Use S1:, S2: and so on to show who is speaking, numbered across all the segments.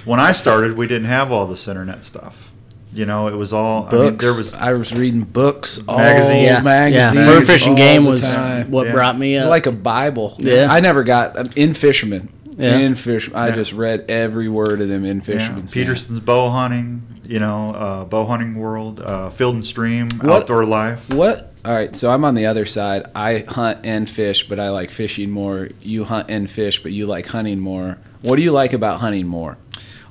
S1: When I started, we didn't have all this internet stuff. You know, it was all
S2: Books.
S1: I mean, there was
S2: reading books, all
S1: Magazines.
S2: magazines.
S1: Yeah.
S3: yeah.
S2: magazines
S3: Fur fishing
S2: all
S3: game
S2: the
S3: was
S2: time.
S3: what
S1: Yeah.
S3: brought me
S2: It's
S3: up.
S2: like a Bible.
S3: Yeah.
S2: I never got I'm in fisherman.
S3: Yeah.
S2: In fish, I
S1: Yeah.
S2: just read every word of them in
S1: yeah,
S2: fisherman.
S1: Peterson's bow hunting. you know, uh, bow hunting world, uh, field and stream,
S2: What-
S1: outdoor life.
S2: What? All right, so I'm on the other side. I hunt and fish, but I like fishing more. You hunt and fish, but you like hunting more. What do you like about hunting more?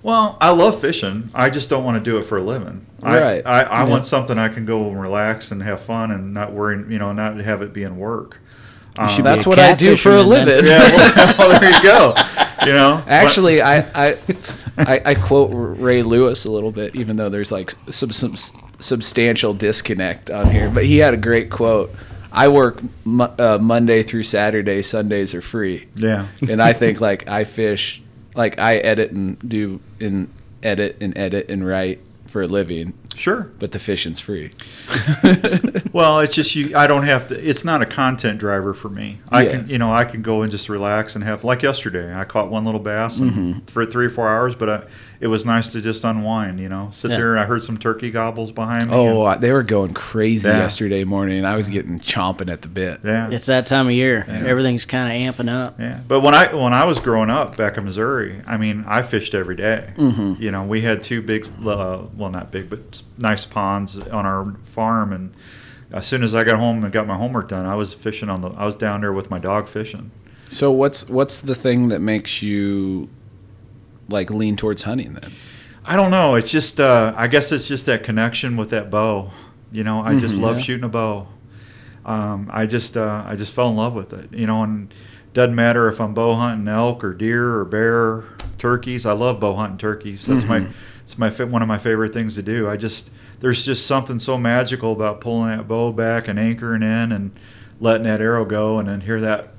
S1: Well, I love fishing. I just don't want to do it for a living. I-
S2: Right.
S1: I, I, want something I can go and relax and have fun and not worry, you know, not have it being work. Um,
S3: should be
S2: That's
S3: a
S2: what I do for a
S3: catfisherman then.
S2: living.
S1: Yeah, well, well, there you go. You know, But-
S2: Actually, I, I, I, I quote Ray Lewis a little bit, even though there's like some, some substantial disconnect on here. But he had a great quote. I work mo- uh, Monday through Saturday. Sundays are free.
S1: yeah,
S2: and I think like I fish, like I edit and do and edit and edit and write for a living,
S1: sure.
S2: but the fishing's free.
S1: Well, it's just you. I don't have to. It's not a content driver for me. I
S2: Yeah.
S1: can, you know, I can go and just relax and have like yesterday. I caught one little bass and
S2: Mm-hmm.
S1: for three or four hours, but I, it was nice to just unwind. You know, sit
S3: Yeah.
S1: there. and I heard some turkey gobbles behind me.
S2: Oh, I- they were going crazy
S1: Yeah.
S2: yesterday morning, and I was getting chomping at the bit.
S1: and, yeah,
S3: It's that time of year. Everything's kind of amping up.
S1: yeah. But when I when I was growing up back in Missouri, I mean, I fished every day.
S2: Mm-hmm.
S1: You know, we had two big, uh, well, not big, but s- nice ponds on our farm, and as soon as I got home and got my homework done, I was fishing on the. I was down there with my dog fishing.
S2: So what's what's the thing that makes you like lean towards hunting then?
S1: I don't know. It's just uh, I guess it's just that connection with that bow. You know, I just love shooting a bow. Um, I just uh, I just fell in love with it. You know, and doesn't matter if I'm bow hunting elk or deer or bear, turkeys. I love bow hunting turkeys. That's my it's my fa- one of my favorite things to do. I just there's just something so magical about pulling that bow back and anchoring in and letting that arrow go and then hear that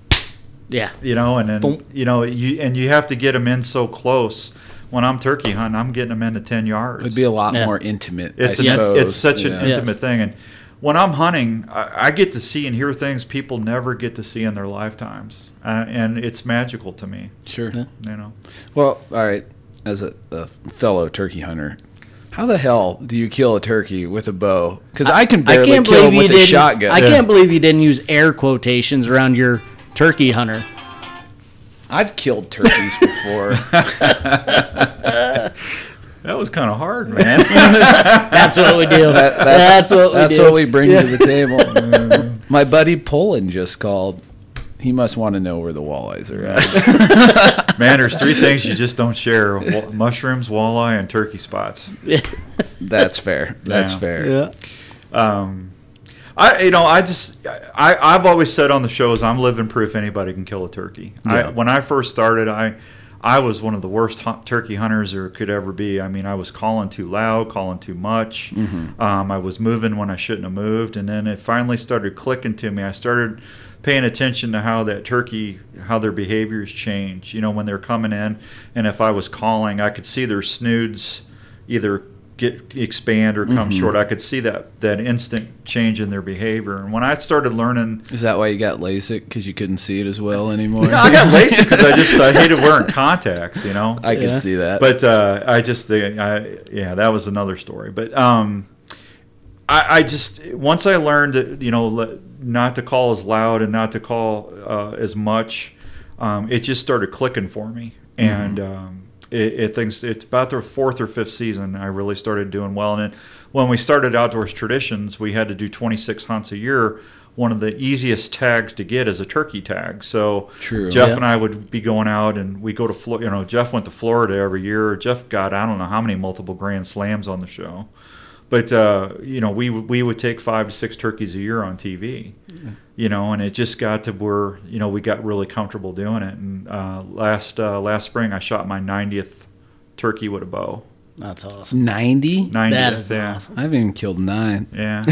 S3: Yeah.
S1: you know, and then
S3: Thump.
S1: you know, you and you have to get them in so close. When I'm turkey hunting, I'm getting them into ten yards.
S2: It'd be a lot
S3: Yeah.
S2: more intimate.
S1: it's
S2: I
S1: an-
S2: suppose.
S1: it's such an
S2: Yeah.
S3: Yeah.
S1: intimate thing, and when I'm hunting, I, I get to see and hear things people never get to see in their lifetimes, uh, and it's magical to me.
S2: sure.
S1: You know,
S2: Well, all right. As a, a fellow turkey hunter, how the hell do you kill a turkey with a bow? Because I, can
S3: I
S2: barely
S3: can't
S2: kill
S3: believe
S2: him
S3: you
S2: with a
S3: didn't.
S2: shotgun.
S3: I can't believe you didn't use air quotations around your turkey hunter.
S2: I've killed turkeys before.
S1: that was kind of hard, man.
S3: That's what we do. that's, what we
S2: that's
S3: do. Mm-hmm.
S2: what we bring to the table. My buddy Pullen just called. He must want to know where the walleyes are at.
S1: man, there's three things you just don't share: wa- mushrooms, walleye, and turkey spots.
S2: That's fair. That's
S1: Yeah.
S2: fair.
S3: yeah.
S1: Um, I you know I just I I've always said on the shows I'm living proof anybody can kill a turkey. I, when I first started, I I was one of the worst hu- turkey hunters there could ever be. I mean, I was calling too loud, calling too much. Um, I was moving when I shouldn't have moved, and then it finally started clicking to me. I started paying attention to how that turkey how their behaviors change. You know, when they're coming in, and if I was calling, I could see their snoods either get expand or come short. I could see that that instant change in their behavior. And when I started learning,
S2: Is that why you got LASIK? Because you couldn't see it as well anymore?
S1: I got LASIK because I just I hated wearing contacts, you know.
S2: I can
S3: Yeah.
S2: see that.
S1: but uh, I just the I, yeah, that was another story. But um, I, I just once I learned, you know, le- not to call as loud and not to call uh, as much, um, it just started clicking for me. And um, it, it thinks it's about the fourth or fifth season I really started doing well. And it, when we started Outdoors Traditions, we had to do 26 hunts a year. One of the easiest tags to get is a turkey tag. So
S2: True.
S1: Jeff
S3: Yeah.
S1: and I would be going out, and we go to Florida. You know, Jeff went to Florida every year. Jeff got I don't know how many multiple grand slams on the show but uh, you know we we would take five to six turkeys a year on TV,
S3: Mm-hmm.
S1: you know, and it just got to where you know we got really comfortable doing it. And uh, last uh, last spring, I shot my 90th turkey with a bow.
S3: That's awesome.
S2: 90?
S1: 90th,
S3: That is
S1: yeah,
S3: awesome.
S2: I haven't even killed nine.
S1: yeah.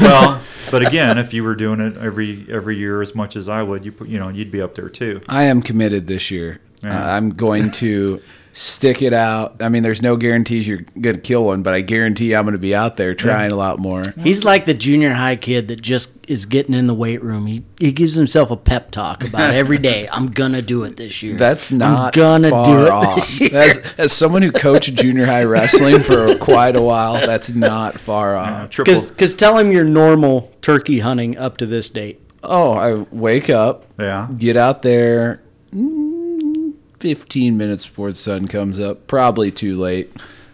S1: well, but again, if you were doing it every every year as much as I would, you put- you know you'd be up there too.
S2: I am committed this year.
S1: Yeah.
S2: Uh, I'm going to stick it out. I mean, there's no guarantees you're going to kill one, but I guarantee I'm going to be out there trying a lot more.
S3: He's like the junior high kid that just is getting in the weight room. He he gives himself a pep talk about every day. I'm gonna do it this year.
S2: That's not
S3: gonna
S2: far
S3: do it
S2: off. As, as someone who coached junior high wrestling for quite a while, that's not far
S3: Uh,
S2: off.
S1: Uh, Triple,
S3: because tell him your normal turkey hunting up to this date.
S2: Oh, I wake up,
S1: yeah.
S2: get out there mm, 15 minutes before the sun comes up, probably too late.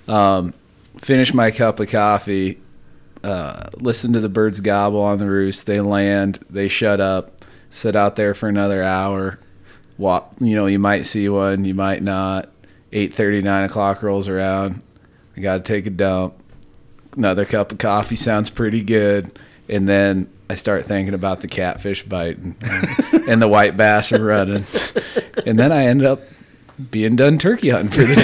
S2: Um, finish my cup of coffee, uh, listen to the birds gobble on the roost. They land, they shut up, sit out there for another hour. Walk, you know, you might see one, you might not. Eight thirty, nine o'clock rolls around. I got to take a dump. Another cup of coffee sounds pretty good, and then I start thinking about the catfish biting and the white bass are running, and then I end up being done turkey hunting for the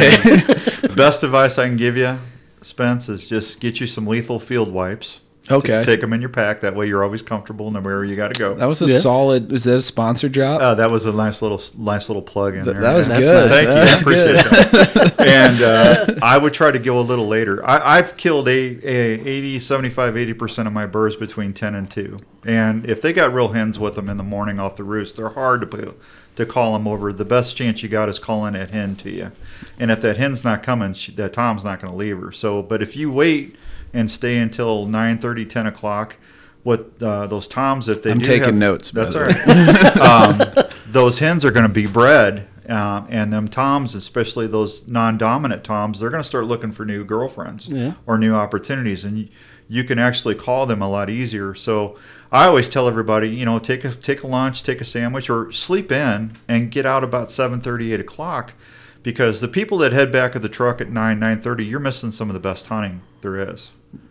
S2: day.
S1: Best advice I can give you, Spence, is just get you some lethal field wipes.
S2: Okay.
S1: Take them in your pack. That way you're always comfortable no matter where you got to go.
S2: That was a
S3: Yeah.
S2: solid. Was that a sponsor drop?
S1: Uh, that was a nice little nice little plug in
S2: Th-
S1: there.
S2: that was
S1: Yeah.
S2: good.
S1: Thank
S2: That was
S1: you. I appreciate that. and uh, I would try to go a little later. I, I've killed a, a 80, 75, 80% of my birds between 10 and 2. And if they got real hens with them in the morning off the roost, they're hard to put, to call them over. The best chance you got is calling that hen to you. And if that hen's not coming, she, that Tom's not going to leave her. So, but if you wait and stay until 9, 10 o'clock, what uh, those toms, if they
S2: I'm
S1: do
S2: taking
S1: have-
S2: notes, by
S1: That's
S2: the
S1: all
S2: way.
S1: right Um, those hens are going to be bred, um, and them toms, especially those non-dominant toms, they're going to start looking for new girlfriends or new opportunities, and you, you can actually call them a lot easier. So I always tell everybody, you know, take a take a lunch, take a sandwich, or sleep in and get out about seven thirty, eight o'clock, because the people that head back of the truck at nine, nine thirty, you're missing some of the best hunting there is.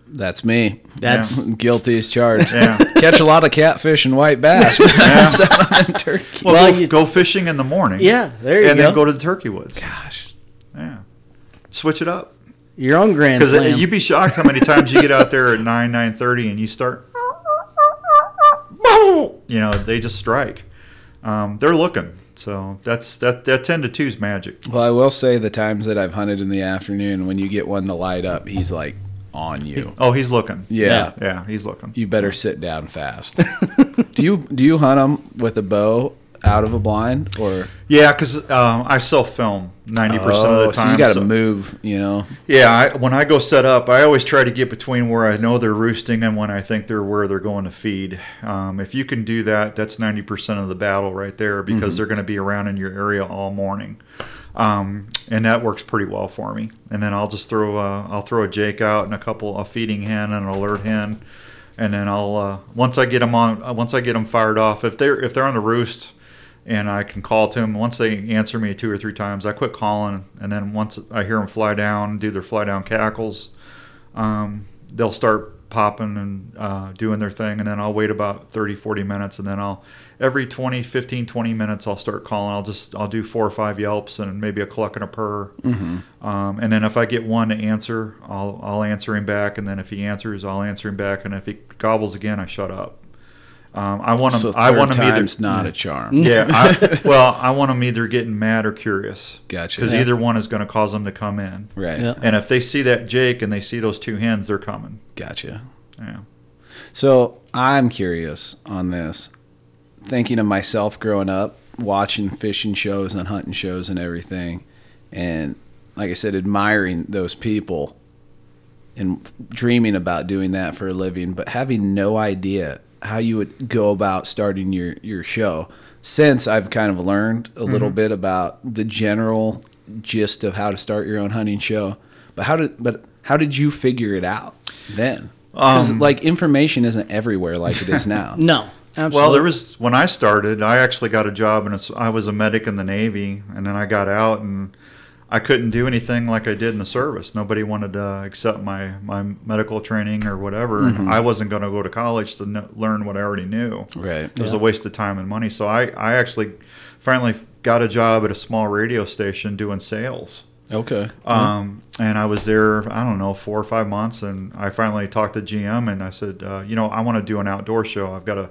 S2: That's me.
S3: That's
S2: Guilty as charged.
S1: Yeah.
S2: Catch a lot of catfish and white bass. turkey.
S1: Well,
S3: Well,
S1: go,
S3: you-
S1: go fishing in the morning.
S3: Yeah, there you
S1: and
S3: go.
S1: then go to the turkey woods.
S2: Gosh.
S1: Yeah, switch it up.
S3: your own grand
S1: Because
S3: slam.
S1: you'd be shocked how many times you get out there at nine nine thirty and you start, you know, they just strike. Um, they're looking, so that's that. That ten to two is magic.
S2: Well, I will say the times that I've hunted in the afternoon, when you get one to light up, he's like on you.
S1: Oh, he's looking.
S2: Yeah.
S3: Yeah.
S1: yeah, he's looking.
S2: You better sit down fast. do you do you hunt them with a bow out of a blind or
S1: Yeah, because um, I self film ninety percent of the
S2: Oh, so
S1: time.
S2: you got to
S1: so-
S2: move? You know.
S1: Yeah, I, when I go set up, I always try to get between where I know they're roosting and when I think they're where they're going to feed. Um, if you can do that, that's 90% of the battle right there because they're going to be around in your area all morning. Um, and that works pretty well for me. And then I'll just throw a, I'll throw a Jake out and a couple a feeding hen and an alert hen, and then I'll uh, once I get them on uh, once I get them fired off if they're if they're on the roost and I can call to them. Once they answer me two or three times, I quit calling. And then once I hear them fly down, do their fly down cackles, um, they'll start popping and uh, doing their thing. And then I'll wait about 30, 40 minutes. And then I'll, every 20, 15, 20 minutes, I'll start calling. I'll just, I'll do four or five yelps and maybe a cluck and a purr.
S2: Mm-hmm.
S1: Um, and then if I get one to answer, I'll, I'll answer him back. And then if he answers, I'll answer him back. And if he gobbles again, I shut up. Um, I want him.
S2: So
S1: I
S2: third
S1: want him either.
S2: time's not a charm.
S1: Yeah. I, well, I want them either getting mad or curious.
S2: Gotcha.
S1: Because
S2: Yeah.
S1: either one is going to cause them to come in.
S2: Right.
S3: Yeah.
S1: And if they see that Jake and they see those two hens, they're coming.
S2: Gotcha.
S1: Yeah.
S2: So I'm curious on this. Thinking of myself growing up, watching fishing shows and hunting shows and everything, and like I said, admiring those people and dreaming about doing that for a living, but having no idea how you would go about starting your, your show. Since I've kind of learned a little bit about the general gist of how to start your own hunting show, but how did but how did you figure it out then? 'Cause, like information isn't everywhere like it is now.
S3: no, absolutely.
S1: Well, there was when I started. I actually got a job, and it's, I was a medic in the Navy, and then I got out, and I couldn't do anything like I did in the service. Nobody wanted to accept my my medical training or whatever. And I wasn't going to go to college to kn- learn what I already knew.
S2: Right.
S1: It was a waste of time and money. So I I actually finally got a job at a small radio station doing sales.
S2: Okay.
S3: Mm-hmm.
S1: Um, and I was there, I don't know, four or five months, and I finally talked to GM, and I said, uh, you know, I want to do an outdoor show. I've got a,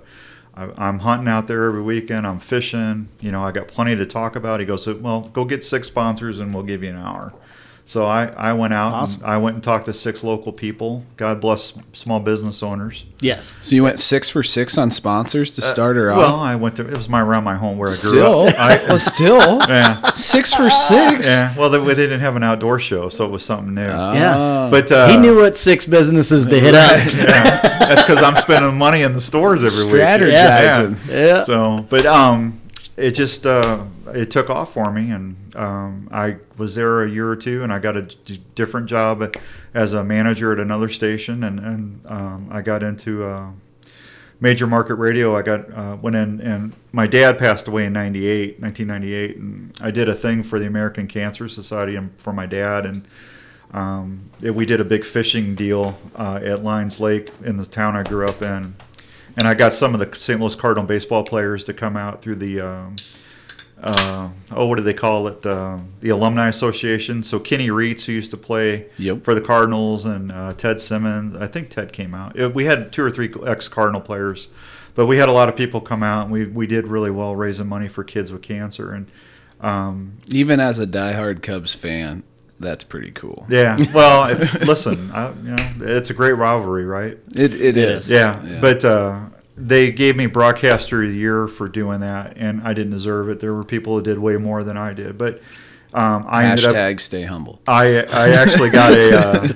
S1: I, I'm hunting out there every weekend. I'm fishing. You know, I got plenty to talk about. He goes, well, go get six sponsors, and we'll give you an hour. So I, I went out and I went and talked to six local people. God bless small business owners.
S3: yes.
S2: So you went six for six on sponsors to start her off.
S1: Well, I went to it was my around my home where I grew
S2: still,
S1: up. I,
S2: well, still
S1: yeah,
S2: six for six.
S1: yeah. Well, they, they didn't have an outdoor show, so it was something new.
S3: Yeah.
S1: but uh,
S3: Ah. he knew what six businesses to hit up.
S1: That's because I'm spending money in the stores every week.
S2: Strategizing.
S1: Yeah.
S3: Yeah.
S1: So, but um, it just uh, it took off for me, and um, I was there a year or two, and I got a d- different job as a manager at another station, and and um, I got into uh, major market radio. I got uh, went in, and my dad passed away in '98, 1998, and I did a thing for the American Cancer Society and for my dad, and um, it- we did a big fishing deal uh, at Lions Lake in the town I grew up in, and I got some of the St. Louis Cardinal baseball players to come out through the. Um, uh, oh, what do they call it? The, um, the Alumni Association. So Kenny Reitz, who used to play
S2: Yep.
S1: for the Cardinals, and uh, Ted Simmons. I think Ted came out. Uh, we had two or three ex Cardinal players, but we had a lot of people come out, and we, we did really well raising money for kids with cancer. And
S2: Even as a diehard Cubs fan, that's pretty cool.
S1: yeah, well, if, listen, I, you know, it's a great rivalry, right?
S2: It it is.
S1: Yeah, but uh, they gave me broadcaster of the year for doing that, and I didn't deserve it. There were people that did way more than I did, but um, I ended up.
S2: Hashtag stay humble.
S1: I I actually got a uh,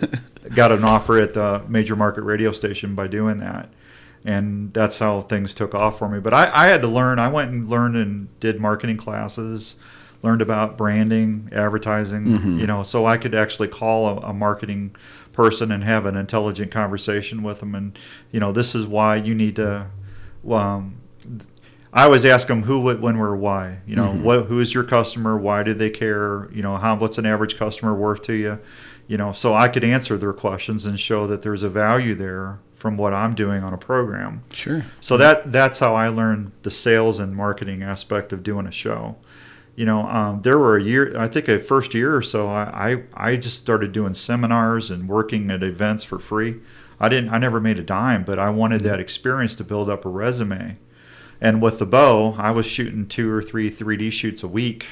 S1: got an offer at the major market radio station by doing that, and that's how things took off for me. But I, I had to learn. I went and learned and did marketing classes, learned about branding, advertising. You know, so I could actually call a, a marketing person and have an intelligent conversation with them. And you know, this is why you need to. Um, I always ask them who, what, when, where, why. You know, what, who is your customer? Why do they care? You know, how what's an average customer worth to you? You know, so I could answer their questions and show that there's a value there from what I'm doing on a program.
S2: Sure.
S1: So that that's how I learned the sales and marketing aspect of doing a show. You know, um, there were a year, I think a first year or so, I, I, I just started doing seminars and working at events for free. I didn't, I never made a dime, but I wanted that experience to build up a resume. And with the bow, I was shooting two or three 3D shoots a week,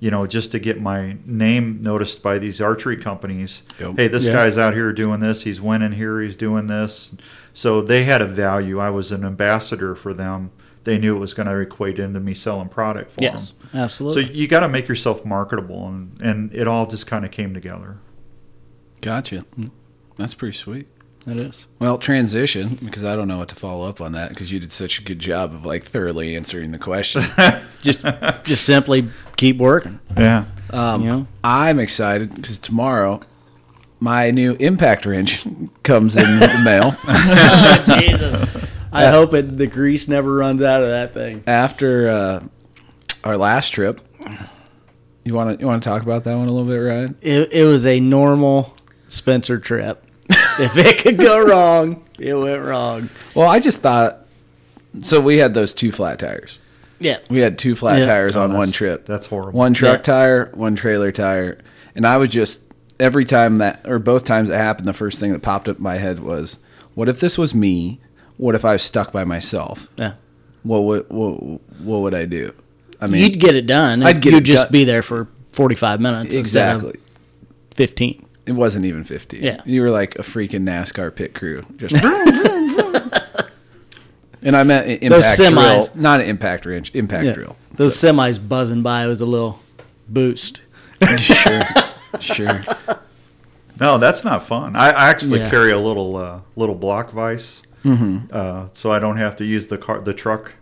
S1: you know, just to get my name noticed by these archery companies.
S2: Yep.
S1: Hey, this
S4: Yeah.
S1: guy's out here doing this. He's winning here. He's doing this. So they had a value. I was an ambassador for them. They knew it was going to equate into me selling product for
S3: Yes,
S1: them.
S3: absolutely.
S1: So you got to make yourself marketable, and, and it all just kind of came together.
S2: Gotcha. That's pretty sweet.
S3: that is.
S2: Well, transition because I don't know what to follow up on that because you did such a good job of like thoroughly answering the question.
S3: Just just simply keep working.
S1: Yeah.
S3: Um, you know?
S2: I'm excited because tomorrow my new impact wrench comes in the mail.
S3: Jesus. I hope it, the grease never runs out of that thing.
S2: After uh, our last trip, you want to you want to talk about that one a little bit, Ryan?
S3: It, it was a normal Spencer trip. if it could go wrong, it went wrong.
S2: Well, I just thought so. We had those two flat tires.
S3: Yeah.
S2: We had two flat
S3: Yeah.
S2: tires
S1: Oh,
S2: on one
S1: that's-
S2: trip.
S1: that's horrible.
S2: One truck
S3: Yeah.
S2: tire, one trailer tire, and I was just every time that or both times it happened, the first thing that popped up in my head was, "What if this was me? What if I was stuck by myself?
S3: Yeah.
S2: What would what what would I do? I mean,
S3: You'd get it done.
S2: I'd
S3: I'd
S2: get
S3: You'd
S2: it
S3: just
S2: done.
S3: be there for 45 minutes instead of
S2: exactly.
S3: 15.
S2: It wasn't even fifty.
S3: Yeah.
S2: you were like a freaking NASCAR pit crew. Just. And I meant i-
S3: Those
S2: impact
S3: semis.
S2: drill, not an impact wrench, impact
S3: Yeah.
S2: drill.
S3: Those semis buzzing by was a little boost.
S2: sure, sure.
S1: No, that's not fun. I, I actually
S3: Yeah. Mm-hmm.
S1: carry a little uh, little block vise, uh, so I don't have to use the car, the truck,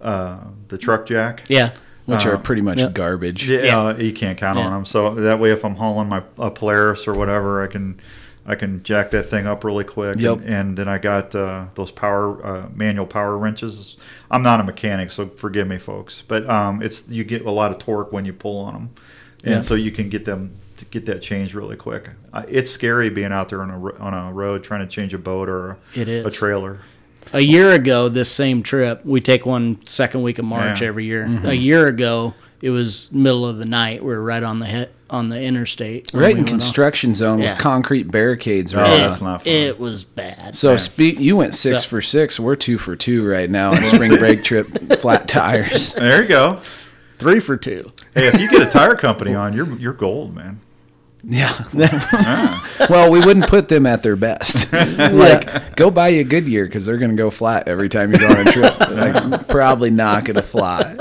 S1: uh, the truck jack.
S3: Yeah.
S2: Which
S3: Uh-huh.
S2: are pretty much
S3: yeah.
S2: garbage.
S1: Yeah,
S3: Yeah.
S1: Uh, you can't count on
S3: Yeah.
S1: them. So that way, if I'm hauling my a Polaris or whatever, I can I can jack that thing up really quick.
S2: Yep.
S1: And, and then I got uh, those power uh, manual power wrenches. I'm not a mechanic, so forgive me, folks. But um, it's you get a lot of torque when you pull on them, and so you can get them to get that change really quick. Uh, it's scary being out there on a ro- on a road trying to change a boat or
S3: It is.
S1: a trailer.
S3: a year ago this same trip we take one second week of march
S1: Yeah.
S3: every year a year ago it was middle of the night we were right on the hit on the interstate when
S2: Right
S3: we
S2: in
S3: went off.
S2: construction zone
S3: Yeah.
S2: with concrete barricades
S1: Oh,
S2: around.
S1: that's
S3: it,
S1: not fun.
S3: it was bad
S2: So speak. You went six
S3: So-
S2: for six. We're two for two right now on spring break trip flat tires.
S1: There you go.
S3: three for two
S1: Hey, if you get a tire company on, you're you're gold, man.
S2: Yeah.
S3: Ah.
S2: well, we wouldn't put them at their best. like, go buy you a Goodyear because they're going to go flat every time you go on a trip. Like, probably not going to fly.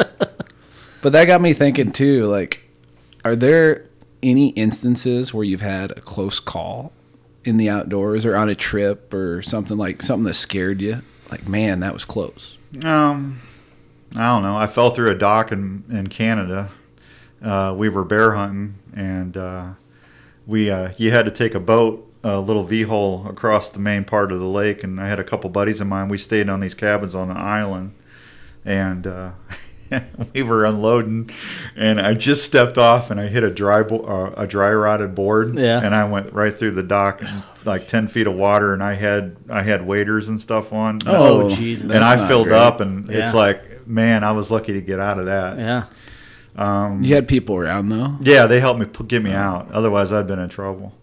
S2: But that got me thinking too. Like, are there any instances where you've had a close call in the outdoors or on a trip or something like something that scared you? Like, man, that was close.
S1: Um, I don't know. I fell through a dock in in Canada. Uh, we were bear hunting, and uh, we uh, you had to take a boat, a little V hole across the main part of the lake. And I had a couple buddies of mine. We stayed on these cabins on an island, and uh, we were unloading. And I just stepped off, and I hit a dry bo- uh, a dry rotted board.
S3: Yeah.
S1: And I went right through the dock, and, like ten feet of water. And I had I had waders and stuff on.
S3: Oh, Jesus.
S1: And
S3: That's
S1: I filled
S2: great.
S1: up, and it's
S3: Yeah.
S1: like, man, I was lucky to get out of that. Yeah,
S3: Yeah. Mm-hmm.
S2: You had people around though.
S1: they helped me pu- get me out. Otherwise, I'd been in trouble.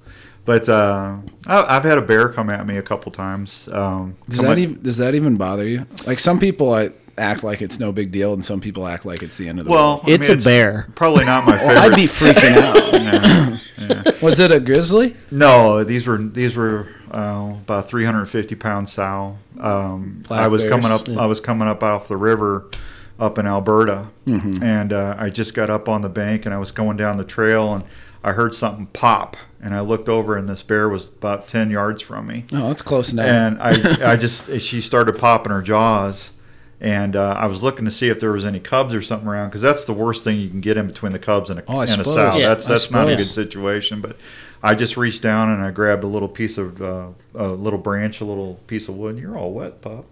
S1: But uh, I, I've had a bear come at me a couple times. Um,
S2: Does
S1: come
S2: that
S1: at-
S2: even does that even bother you? Like some people I act like it's no big deal, and some people act like it's the end of the
S1: well, I
S3: It's
S1: mean,
S3: a bear.
S1: Probably not my favorite.
S2: world. I'd be freaking out.
S1: Yeah.
S2: Was it a grizzly?
S1: No, these were these were uh, about 350 pound sow. Um,
S2: Black
S1: I was
S2: bears.
S1: coming up. I was coming up off the river, up in Alberta, and uh, I just got up on the bank and I was going down the trail and I heard something pop and I looked over and this bear was about 10 yards from me
S2: No, it's oh, close enough.
S1: and I, I just she started popping her jaws, and uh, I was looking to see if there was any cubs or something around because that's the worst thing you can get in between the cubs and a,
S2: Oh, I
S1: and a
S2: suppose.
S1: sow.
S2: Yeah,
S1: that's
S2: I
S1: that's not a
S2: suppose.
S1: good situation. But I just reached down and I grabbed a little piece of uh, a little branch, a little piece of wood. You're all wet, pup.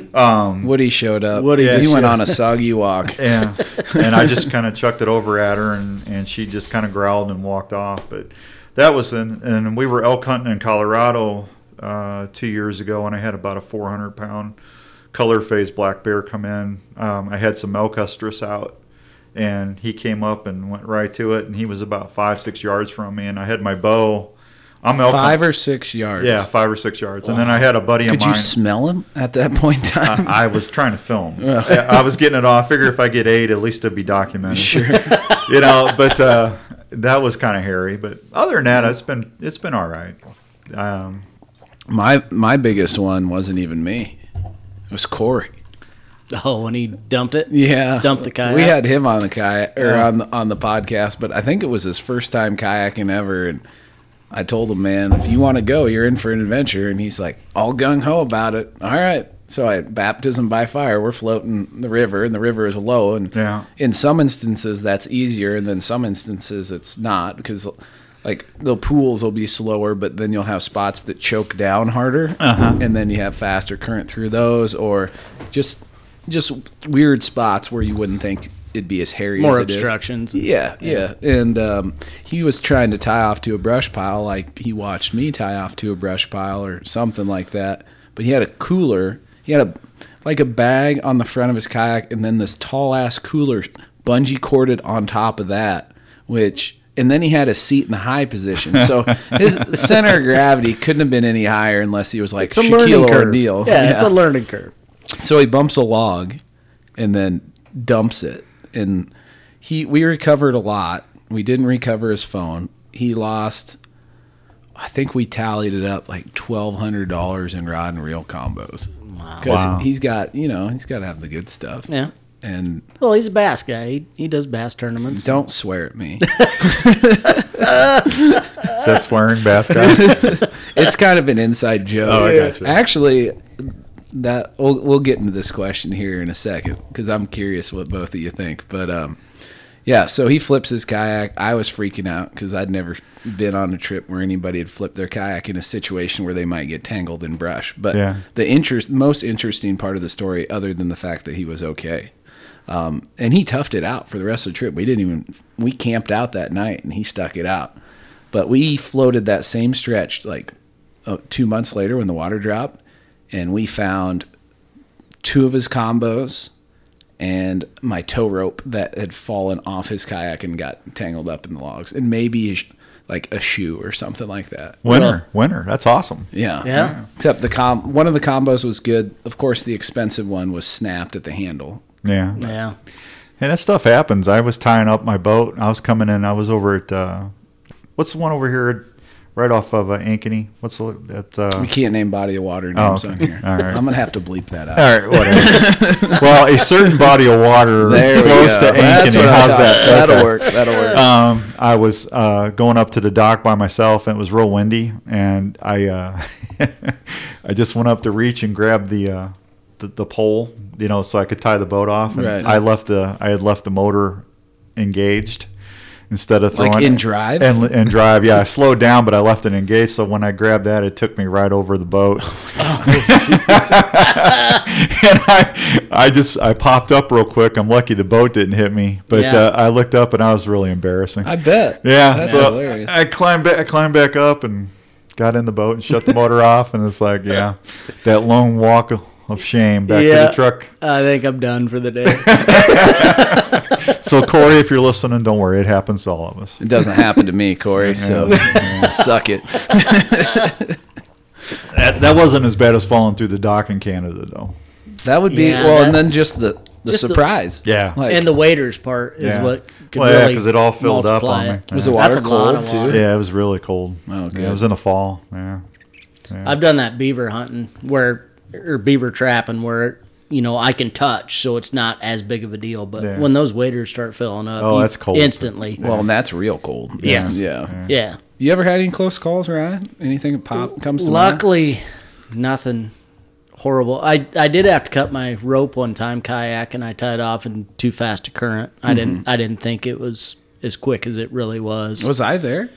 S2: Woody showed up.
S3: Woody
S2: he
S3: just
S2: went
S3: showed-
S2: on a soggy walk.
S1: Yeah, and I just kind of chucked it over at her, and, and she just kind of growled and walked off. But that was in, and we were elk hunting in Colorado uh, two years ago, and I had about a 400 pound color phase black bear come in. Um, I had some elk estrus out, and he came up and went right to it, and he was about five six yards from me, and I had my bow. I'm elk
S2: Five or six yards.
S1: yeah, five or six yards, and then I had a buddy of
S2: Could
S1: mine.
S2: you smell him at that point in time?
S1: I was trying to film. Yeah, I was getting it off. Figure if I get eight, at least it'd be documented. Sure. you know, but uh, that was kind of hairy. But other than that, it's been it's been all right. Um,
S2: my my biggest one wasn't even me. It was Corey.
S3: Oh, when he dumped it?
S2: Yeah,
S3: Dumped the kayak.
S2: We had him on the kayak or on the, on the podcast, but I think it was his first time kayaking ever. And I told him, man, if you want to go, you're in for an adventure. And he's like, all gung ho about it. All right. So I baptism by fire. We're floating the river, and the river is low. And
S1: Yeah.
S2: in some instances, that's easier, and then some instances it's not because. Like the pools will be slower, but then you'll have spots that choke down harder, and then you have faster current through those, or just just weird spots where you wouldn't think it'd be as hairy
S3: More
S2: as it is.
S3: obstructions.
S2: Yeah, yeah. And um, he was trying to tie off to a brush pile, like he watched me tie off to a brush pile or something like that. But he had a cooler. He had a like a bag on the front of his kayak, and then this tall ass cooler bungee corded on top of that, which. And then he had a seat in the high position, so his center of gravity couldn't have been any higher unless he was like
S3: It's a learning
S2: Shaquille
S3: curve.
S2: O'Neal.
S3: Yeah, it's a learning curve.
S2: So he bumps a log and then dumps it. And he we recovered a lot. We didn't recover his phone. He lost I think we tallied it up like twelve hundred dollars in rod and reel combos. Wow.
S1: Wow.
S2: he's got you know, he's gotta have the good stuff.
S3: Yeah.
S2: And
S3: Well, he's a bass guy. He, he does bass tournaments.
S2: don't swear at me.
S1: is that swearing, bass guy?
S2: it's kind of an inside joke.
S1: Oh, I gotcha.
S2: Actually, that Uh, we'll, we'll get into this question here in a second because I'm curious what both of you think. But um, yeah, so he flips his kayak. I was freaking out because I'd never been on a trip where anybody had flipped their kayak in a situation where they might get tangled in brush. But
S1: Yeah.
S2: the interest, most interesting part of the story, other than the fact that he was okay. Um, and he toughed it out for the rest of the trip. We didn't even we camped out that night, and he stuck it out. But we floated that same stretch like uh, two months later when the water dropped, and we found two of his combos and my tow rope that had fallen off his kayak and got tangled up in the logs, and maybe his, like a shoe or something like that.
S1: winner, winner. That's awesome.
S2: Yeah.
S3: Yeah.
S2: Except the com one of the combos was good. Of course, the expensive one was snapped at the handle.
S1: Yeah.
S3: Yeah.
S1: And that stuff happens. I was tying up my boat. I was coming in. I was over at uh, what's the one over here, right off of uh, Ankeny? What's the that? Uh, oh,
S2: We can't name body of water names
S1: okay.
S2: on here.
S1: All right.
S2: I'm gonna have to bleep that out.
S1: All right, whatever. well, a certain body of water
S2: There we
S1: close
S2: go.
S1: to Ankeny.
S2: That's what I'm
S1: How's
S2: talking-
S1: that?
S2: That'll
S1: Okay.
S2: work. That'll work.
S1: um, I was uh, going up to the dock by myself, and it was real windy. And I, uh, I just went up to reach and grabbed the uh, the, the pole, you know, so I could tie the boat off. And
S2: Right.
S1: I left the I had left the motor engaged instead of
S2: Like
S1: throwing
S2: in drive?
S1: and and drive. Yeah, I slowed down, but I left it engaged. So when I grabbed that, it took me right over the boat. and I I just I popped up real quick. I'm lucky the boat didn't hit me, but
S3: Yeah.
S1: uh, I looked up and I was really embarrassing.
S2: I bet.
S1: Yeah,
S2: That's
S1: so
S2: hilarious.
S1: I climbed back, I climbed back up and got in the boat and shut the motor off, and it's like, yeah, that lone walk of shame back to
S3: Yeah.
S1: the truck.
S3: I think I'm done for the day.
S1: So Corey, if you're listening, don't worry, it happens to all of us.
S2: It doesn't happen to me, Corey. So suck it.
S1: That, that wasn't as bad as falling through the dock in Canada, though.
S2: That would be
S3: Yeah,
S2: well, and
S3: that-
S2: then just the the
S3: Just the-
S2: surprise.
S1: Yeah.
S2: like,
S3: and the waiters part is
S1: Yeah.
S3: what could
S1: Well, yeah,
S3: really
S1: 'cause it all filled up
S3: multiply
S1: on me.
S3: It.
S1: Was
S2: the
S3: That's
S2: water
S3: a lot
S2: cold,
S3: of
S2: too?
S3: water.
S1: Yeah, it was really cold.
S2: Oh,
S1: Yeah,
S2: good.
S1: it was in the fall. Yeah,
S3: I've done that beaver hunting where or beaver trapping where you know I can touch, so it's not as big of a deal. But
S1: Yeah.
S3: when those waders start filling up,
S1: Oh,
S3: you-
S1: that's cold.
S3: instantly.
S2: well, and that's real cold.
S3: Yes.
S2: Yeah.
S3: yeah.
S2: You ever had any close calls, Ryan? Anything that pop comes to mind?
S3: Luckily, nothing horrible. I I did have to cut my rope one time kayak, and I tied off in too fast a current.
S2: Mm-hmm.
S3: I didn't I didn't think it was as quick as it really was.
S2: Was I there?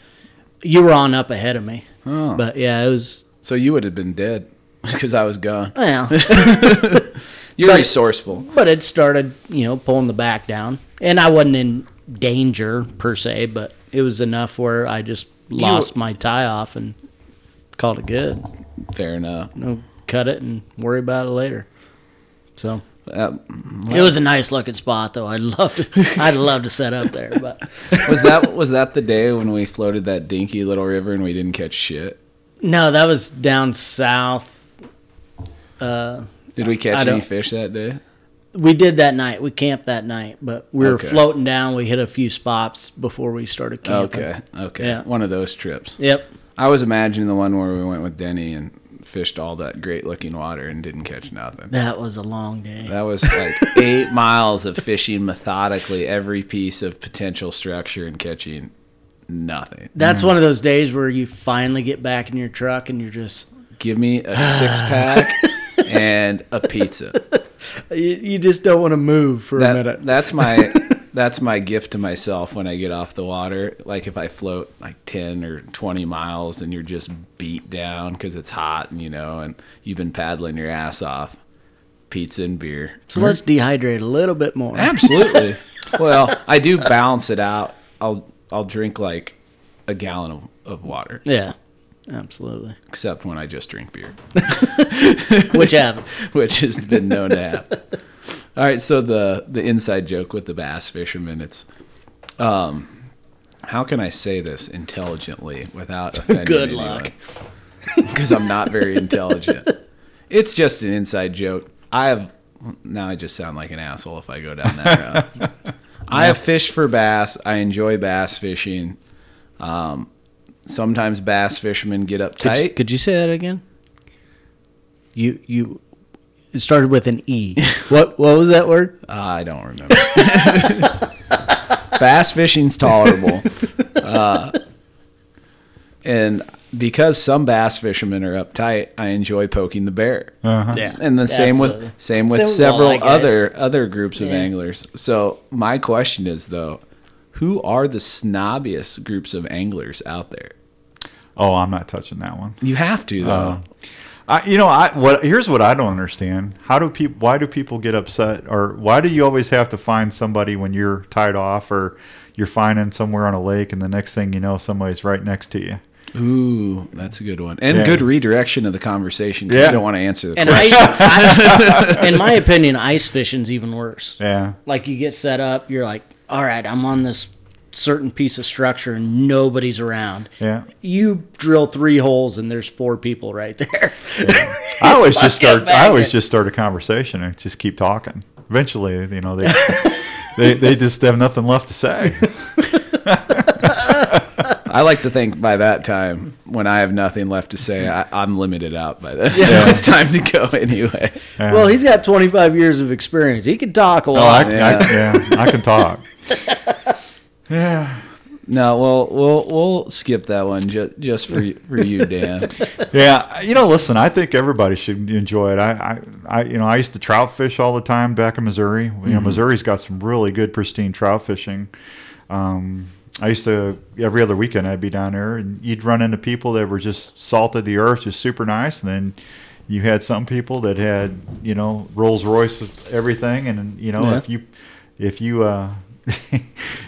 S3: you were on up ahead of me,
S2: Oh.
S3: but yeah, it was.
S2: So you would have been dead because I was gone.
S3: Well,
S2: You're
S3: But-
S2: resourceful.
S3: but it started you know pulling the back down, and I wasn't in danger per se, but it was enough where I just lost my tie off and called it good.
S2: Fair enough.
S3: You know, cut it and worry about it later. So.
S2: Uh,
S3: It was a nice looking spot, though. I'd love to. I'd love to set up there, but
S2: was that was that the day when we floated that dinky little river and we didn't catch shit?
S3: no, that was down south.
S2: Did we catch
S3: I
S2: any
S3: don't-
S2: fish that day?
S3: We did that night. We camped that night, but we were
S2: Okay.
S3: floating down. We hit a few spots before we started camping.
S2: Okay, okay,
S3: Yeah.
S2: one of those trips.
S3: Yep.
S2: I was imagining the one where we went with Denny and fished all that great looking water and didn't catch nothing.
S3: That was a long day.
S2: That was like eight miles of fishing methodically, every piece of potential structure and catching nothing.
S3: That's one of those days where you finally get back in your truck and you're just
S2: Give me a six pack and a pizza.
S3: you, you just don't want to move for a minute.
S2: That, that's my that's my gift to myself when I get off the water. Like if I float like ten or twenty miles and you're just beat down because it's hot and you know and you've been paddling your ass off, pizza and beer.
S3: So let's dehydrate a little bit more.
S2: Absolutely. well, I do balance it out. I'll I'll drink like a gallon of, of water,
S3: Yeah. Absolutely.
S2: except when I just drink beer,
S3: Which happens.
S2: which has been known to happen. All right, so the the inside joke with the bass fishermen, it's um how can I say this intelligently without offending
S3: Good luck.
S2: Because I'm not very intelligent. It's just an inside joke. I have now I just sound like an asshole if I go down that road. I have fished for bass. I enjoy bass fishing. Um, sometimes bass fishermen get
S3: Could you,
S2: uptight.
S3: could you say that again? You you it started with an E. what what was that word?
S2: I don't remember. bass fishing's tolerable. Uh, and because some bass fishermen are uptight, I enjoy poking the bear.
S3: Yeah.
S2: And the same with
S3: absolutely.
S2: same with
S3: Same with
S2: several
S3: walleye guys.
S2: other other groups of anglers. So my question is though, who are the snobbiest groups of anglers out there?
S1: Oh, I'm not touching that one.
S2: You have to though.
S1: Uh. I, you know, I what here's what I don't understand. How do people? Why do people get upset, or why do you always have to find somebody when you're tied off, or you're finding somewhere on a lake, and the next thing you know, somebody's right next to you?
S2: Ooh, that's a good one. And
S1: Yeah.
S2: good redirection of the conversation 'cause
S1: Yeah.
S2: you don't want to answer the
S3: And
S2: question.
S3: ice, I- in my opinion, ice fishing's even worse.
S1: Yeah,
S3: Like you get set up, you're like, all right, I'm on this certain piece of structure and nobody's around.
S1: yeah.
S3: You drill three holes and there's four people right there.
S1: I always just
S3: fucking
S1: start. I always
S3: magnet.
S1: just start a conversation and just keep talking. Eventually, you know they they they just have nothing left to say.
S2: I like to think by that time, when I have nothing left to say, I, I'm limited out by this. So
S1: Yeah.
S2: it's time to go anyway.
S1: Yeah.
S3: Well, he's got 25 years of experience. He can talk a
S1: Oh, I,
S3: lot.
S1: I, yeah, I can talk. Yeah.
S2: No, well, we'll we'll skip that one ju- just for you, for you, Dan.
S1: Yeah, you know, listen, I think everybody should enjoy it. I, I, I you know, I used to trout fish all the time back in Missouri. You know, Missouri's got some really good pristine trout fishing. Um, I used to every other weekend I'd be down there, and you'd run into people that were just salt of the earth, just super nice, and then you had some people that had you know Rolls Royce with everything, and you know
S3: Yeah.
S1: if you if you uh,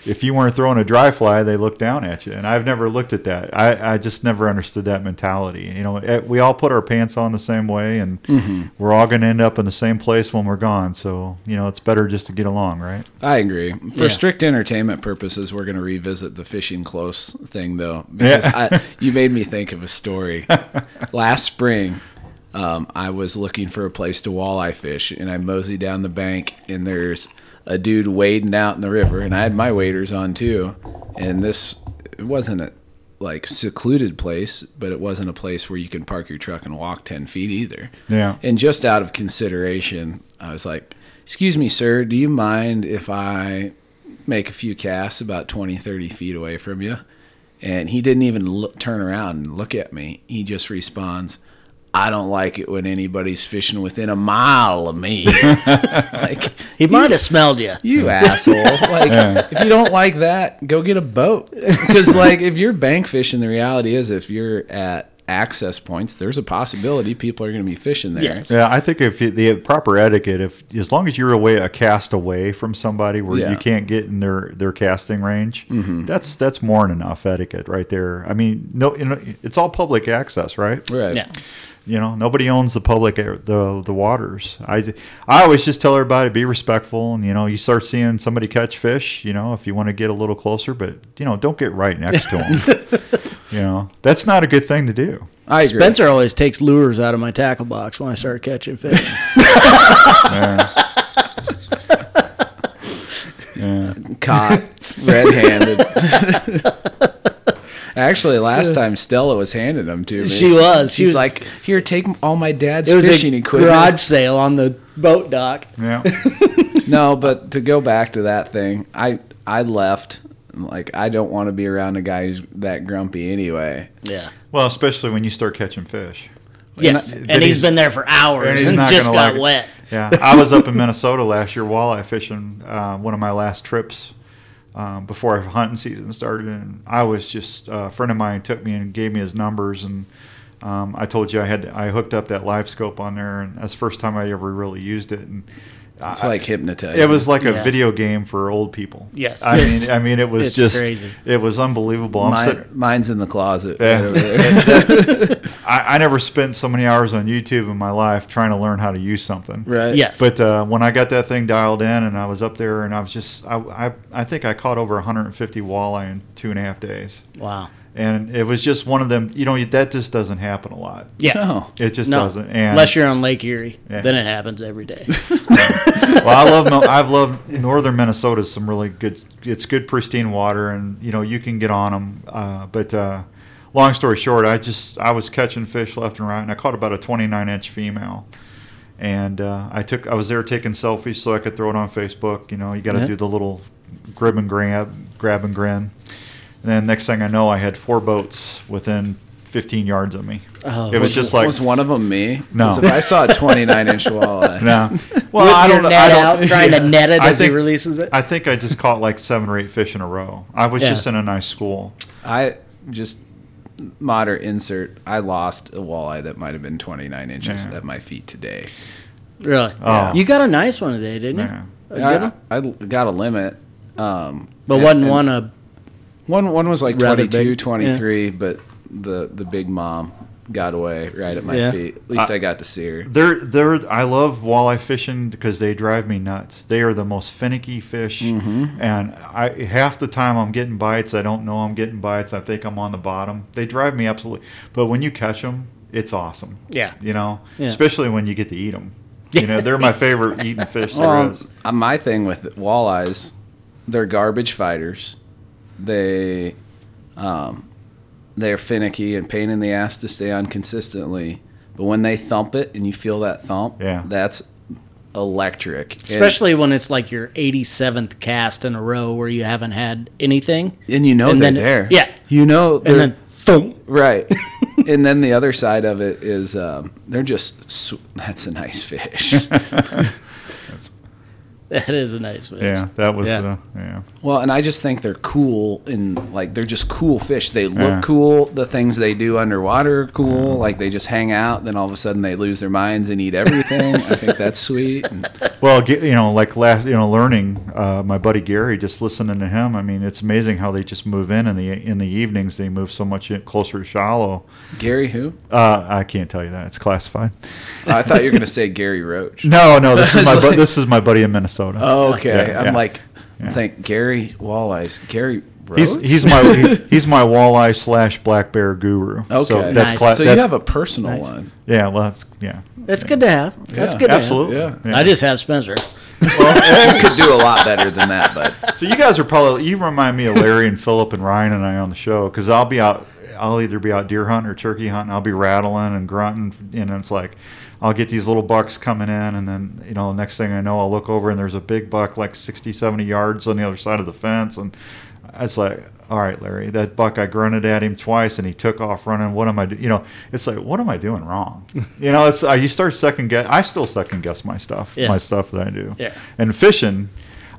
S1: if you weren't throwing a dry fly, they looked down at you. And I've never looked at that. I, I just never understood that mentality. You know, eh, we all put our pants on the same way, and we're all going to end up in the same place when we're gone. So you know, it's better just to get along, right?
S2: I agree. For
S3: Yeah.
S2: strict entertainment purposes, we're going to revisit the fishing close thing, though, because
S1: Yeah.
S2: I, you made me think of a story. Last spring, um, I was looking for a place to walleye fish, and I moseyed down the bank, and there's a dude wading out in the river, and I had my waders on too. And this it wasn't a like secluded place, but it wasn't a place where you can park your truck and walk ten feet either.
S1: Yeah.
S2: And just out of consideration, I was like, Excuse me, sir, do you mind if I make a few casts about 20, 30 feet away from you? And he didn't even look, turn around and look at me. He just responds, I don't like it when anybody's fishing within a mile of me. like,
S3: He might have smelled you.
S2: you asshole. Like, if you don't like that, go get a boat. Because, like, if you're bank fishing, the reality is if you're at access points, there's a possibility people are going to be fishing there.
S3: Yes.
S1: Yeah, I think if you, the proper etiquette, if as long as you're away a cast away from somebody where
S2: Yeah.
S1: you can't get in their their casting range, that's that's more than enough etiquette right there. I mean, no, you know, it's all public access, right?
S2: Right.
S3: Yeah.
S1: You know, nobody owns the public air, the the waters. I I always just tell everybody be respectful, and you know, you start seeing somebody catch fish, you know, if you want to get a little closer, but you know, don't get right next to them. you know, that's not a good thing to do.
S2: I agree.
S3: Spencer always takes lures out of my tackle box when I start catching fish.
S1: Yeah.
S2: caught red-handed. Actually, last time Stella was handing them to me.
S3: She was. She
S2: She's
S3: was-
S2: like, "Here, take all my dad's
S3: it was
S2: fishing
S3: a
S2: equipment."
S3: garage sale on the boat dock.
S1: Yeah.
S2: No, but to go back to that thing, I I left. Like, I don't want to be around a guy who's that grumpy anyway.
S3: Yeah.
S1: Well, especially when you start catching fish.
S3: Yes. And,
S1: Then
S3: he's
S1: he's-
S3: been there for hours and,
S1: he's not
S3: just
S1: gonna
S3: got
S1: like it.
S3: wet.
S1: Yeah, I was up in Minnesota last year walleye fishing. Uh, one of my last trips um, before hunting season started, and I was just uh, a friend of mine took me and gave me his numbers, and um, I told you I had I hooked up that live scope on there, and that's the first time I ever really used it, and
S2: It's like hypnotizing.
S1: it was like a
S3: Yeah.
S1: video game for old people.
S3: Yes.
S1: I
S3: It's-
S1: mean, I mean, it was
S3: it's
S1: just
S3: crazy.
S1: it was unbelievable. I'm
S2: Mine,
S1: sit-
S2: mine's in the closet.
S1: Yeah.
S2: right over there.
S1: I, I never spent so many hours on YouTube in my life trying to learn how to use something.
S2: Right.
S3: Yes.
S1: But uh, when I got that thing dialed in, and I was up there, and I was just, I, I, I think I caught over 150 walleye in two and a half days,
S3: wow.
S1: and it was just one of them. You know, that just doesn't happen a lot.
S3: Yeah.
S2: No.
S1: It just
S3: No.
S1: doesn't. And
S3: Unless you're on Lake Erie,
S1: Yeah.
S3: then it happens every day.
S1: well, I love, Mo- I've loved northern Minnesota. Some really good, it's good pristine water, and you know you can get on them. Uh, but uh, long story short, I just I was catching fish left and right, and I caught about a 29 inch female. and uh, I took I was there taking selfies so I could throw it on Facebook. You know, you got to
S2: Yeah.
S1: do the little grib and grab, grab and grin. And then next thing I know, I had four boats within 15 yards of me.
S3: Oh.
S1: it was
S3: Was-
S1: just like
S2: was one of them me?
S1: No.
S2: 'Cause If I saw a 29 inch walleye,
S1: No. Well,
S3: With
S1: I
S3: your
S1: don't know. I
S3: net
S1: don't,
S3: out, trying to net it
S1: I
S3: as he
S1: think-
S3: releases it.
S1: I think I just caught like seven or eight fish in a row. I was
S3: Yeah.
S1: just in a nice school.
S2: I just moderate insert. I lost a walleye that might have been 29 inches
S1: Yeah.
S2: at my feet today.
S3: really?
S1: Oh.
S3: You got a nice one today, didn't you?
S1: Yeah.
S3: A good
S2: I,
S3: one?
S2: I got a limit. Um,
S3: But
S2: and-
S3: wasn't
S2: and
S3: one a
S2: one one was like
S3: rather big-
S2: 22,
S3: yeah.
S2: 23, but the the big mom got away right at my
S3: Yeah.
S2: feet. At least I, got to see her.
S1: They're, they're, I love walleye fishing because they drive me nuts. They are the most finicky fish,
S3: Mm-hmm.
S1: and I half the time I'm getting bites. I don't know I'm getting bites. I think I'm on the bottom. They drive me absolutely. But when you catch them, it's awesome.
S3: Yeah.
S1: you know,
S3: Yeah.
S1: especially when you get to eat them. You know, they're my favorite eating fish there
S2: Well,
S1: is.
S2: uh, my thing with walleyes, they're garbage fighters. They, um, they're finicky and pain in the ass to stay on consistently. But when they thump it and you feel that thump,
S1: Yeah.
S2: that's electric. And-
S3: Especially when it's like your 87th cast in a row where you haven't had anything.
S2: and, you know
S3: and
S2: they're
S3: then-
S2: there.
S3: yeah.
S2: you know,
S3: And
S2: they're-
S3: then thump.
S2: right. and then the other side of it is um, they're just sw- that's a nice fish.
S3: That is a nice fish.
S1: Yeah, that was
S3: Yeah.
S1: the yeah.
S2: Well, and I just think they're cool and like they're just cool fish. They look
S1: Yeah.
S2: cool. The things they do underwater are cool. Like they just hang out, then all of a sudden they lose their minds and eat everything. I think that's sweet. And
S1: Well, ge- you know, like last, you know, learning uh, my buddy Gary, just listening to him. I mean, it's amazing how they just move in in the in the evenings. They move so much in, closer to shallow.
S2: Gary who?
S1: Uh, I can't tell you that it's classified.
S2: I thought you were gonna say Gary Roach.
S1: No, no, this is
S2: It's
S1: my bu-
S2: like-
S1: this is my buddy in Minnesota.
S2: Oh, okay.
S1: Yeah,
S2: I'm
S1: yeah.
S2: like,
S1: Yeah.
S2: think Gary Walleyes. Gary Roach.
S1: He's, he's my he- he's my walleye slash black bear guru.
S2: okay.
S1: So that's
S3: Nice.
S1: cla-
S2: so
S1: that-
S2: you have a personal
S3: Nice.
S2: one.
S1: yeah, well, that's, yeah,
S3: That's good to have. That's
S2: Yeah.
S3: good to
S1: absolutely.
S2: Yeah.
S3: have. I just have Spencer.
S2: you could do a lot better than that, but
S1: So you guys are probably you remind me of Larry and Philip and Ryan and I on the show because I'll be out. I'll either be out deer hunting or turkey hunting. I'll be rattling and grunting, and it's like I'll get these little bucks coming in, and then you know, next thing I know, I'll look over and there's a big buck like 60, 70 yards on the other side of the fence, and it's like, all right, Larry, that buck I grunted at him twice, and he took off running. What am I? Do-? You know, it's like, what am I doing wrong? you know, it's uh, you start second guess. I still second guess my stuff,
S3: Yeah.
S1: my stuff that I do,
S3: Yeah.
S1: and fishing.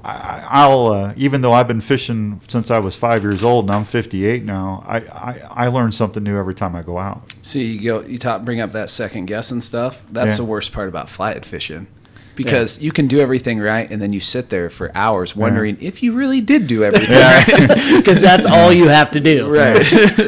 S1: I, I'll uh, even though I've been fishing since I was five years old and I'm 58 now. I, I, I learn something new every time I go out.
S2: see, you go, you talk, bring up that second guess and stuff. That's
S1: Yeah.
S2: the worst part about fly fishing. Because you can do everything right, and then you sit there for hours wondering if you really did do everything
S3: Because that's all you have to do.
S2: right.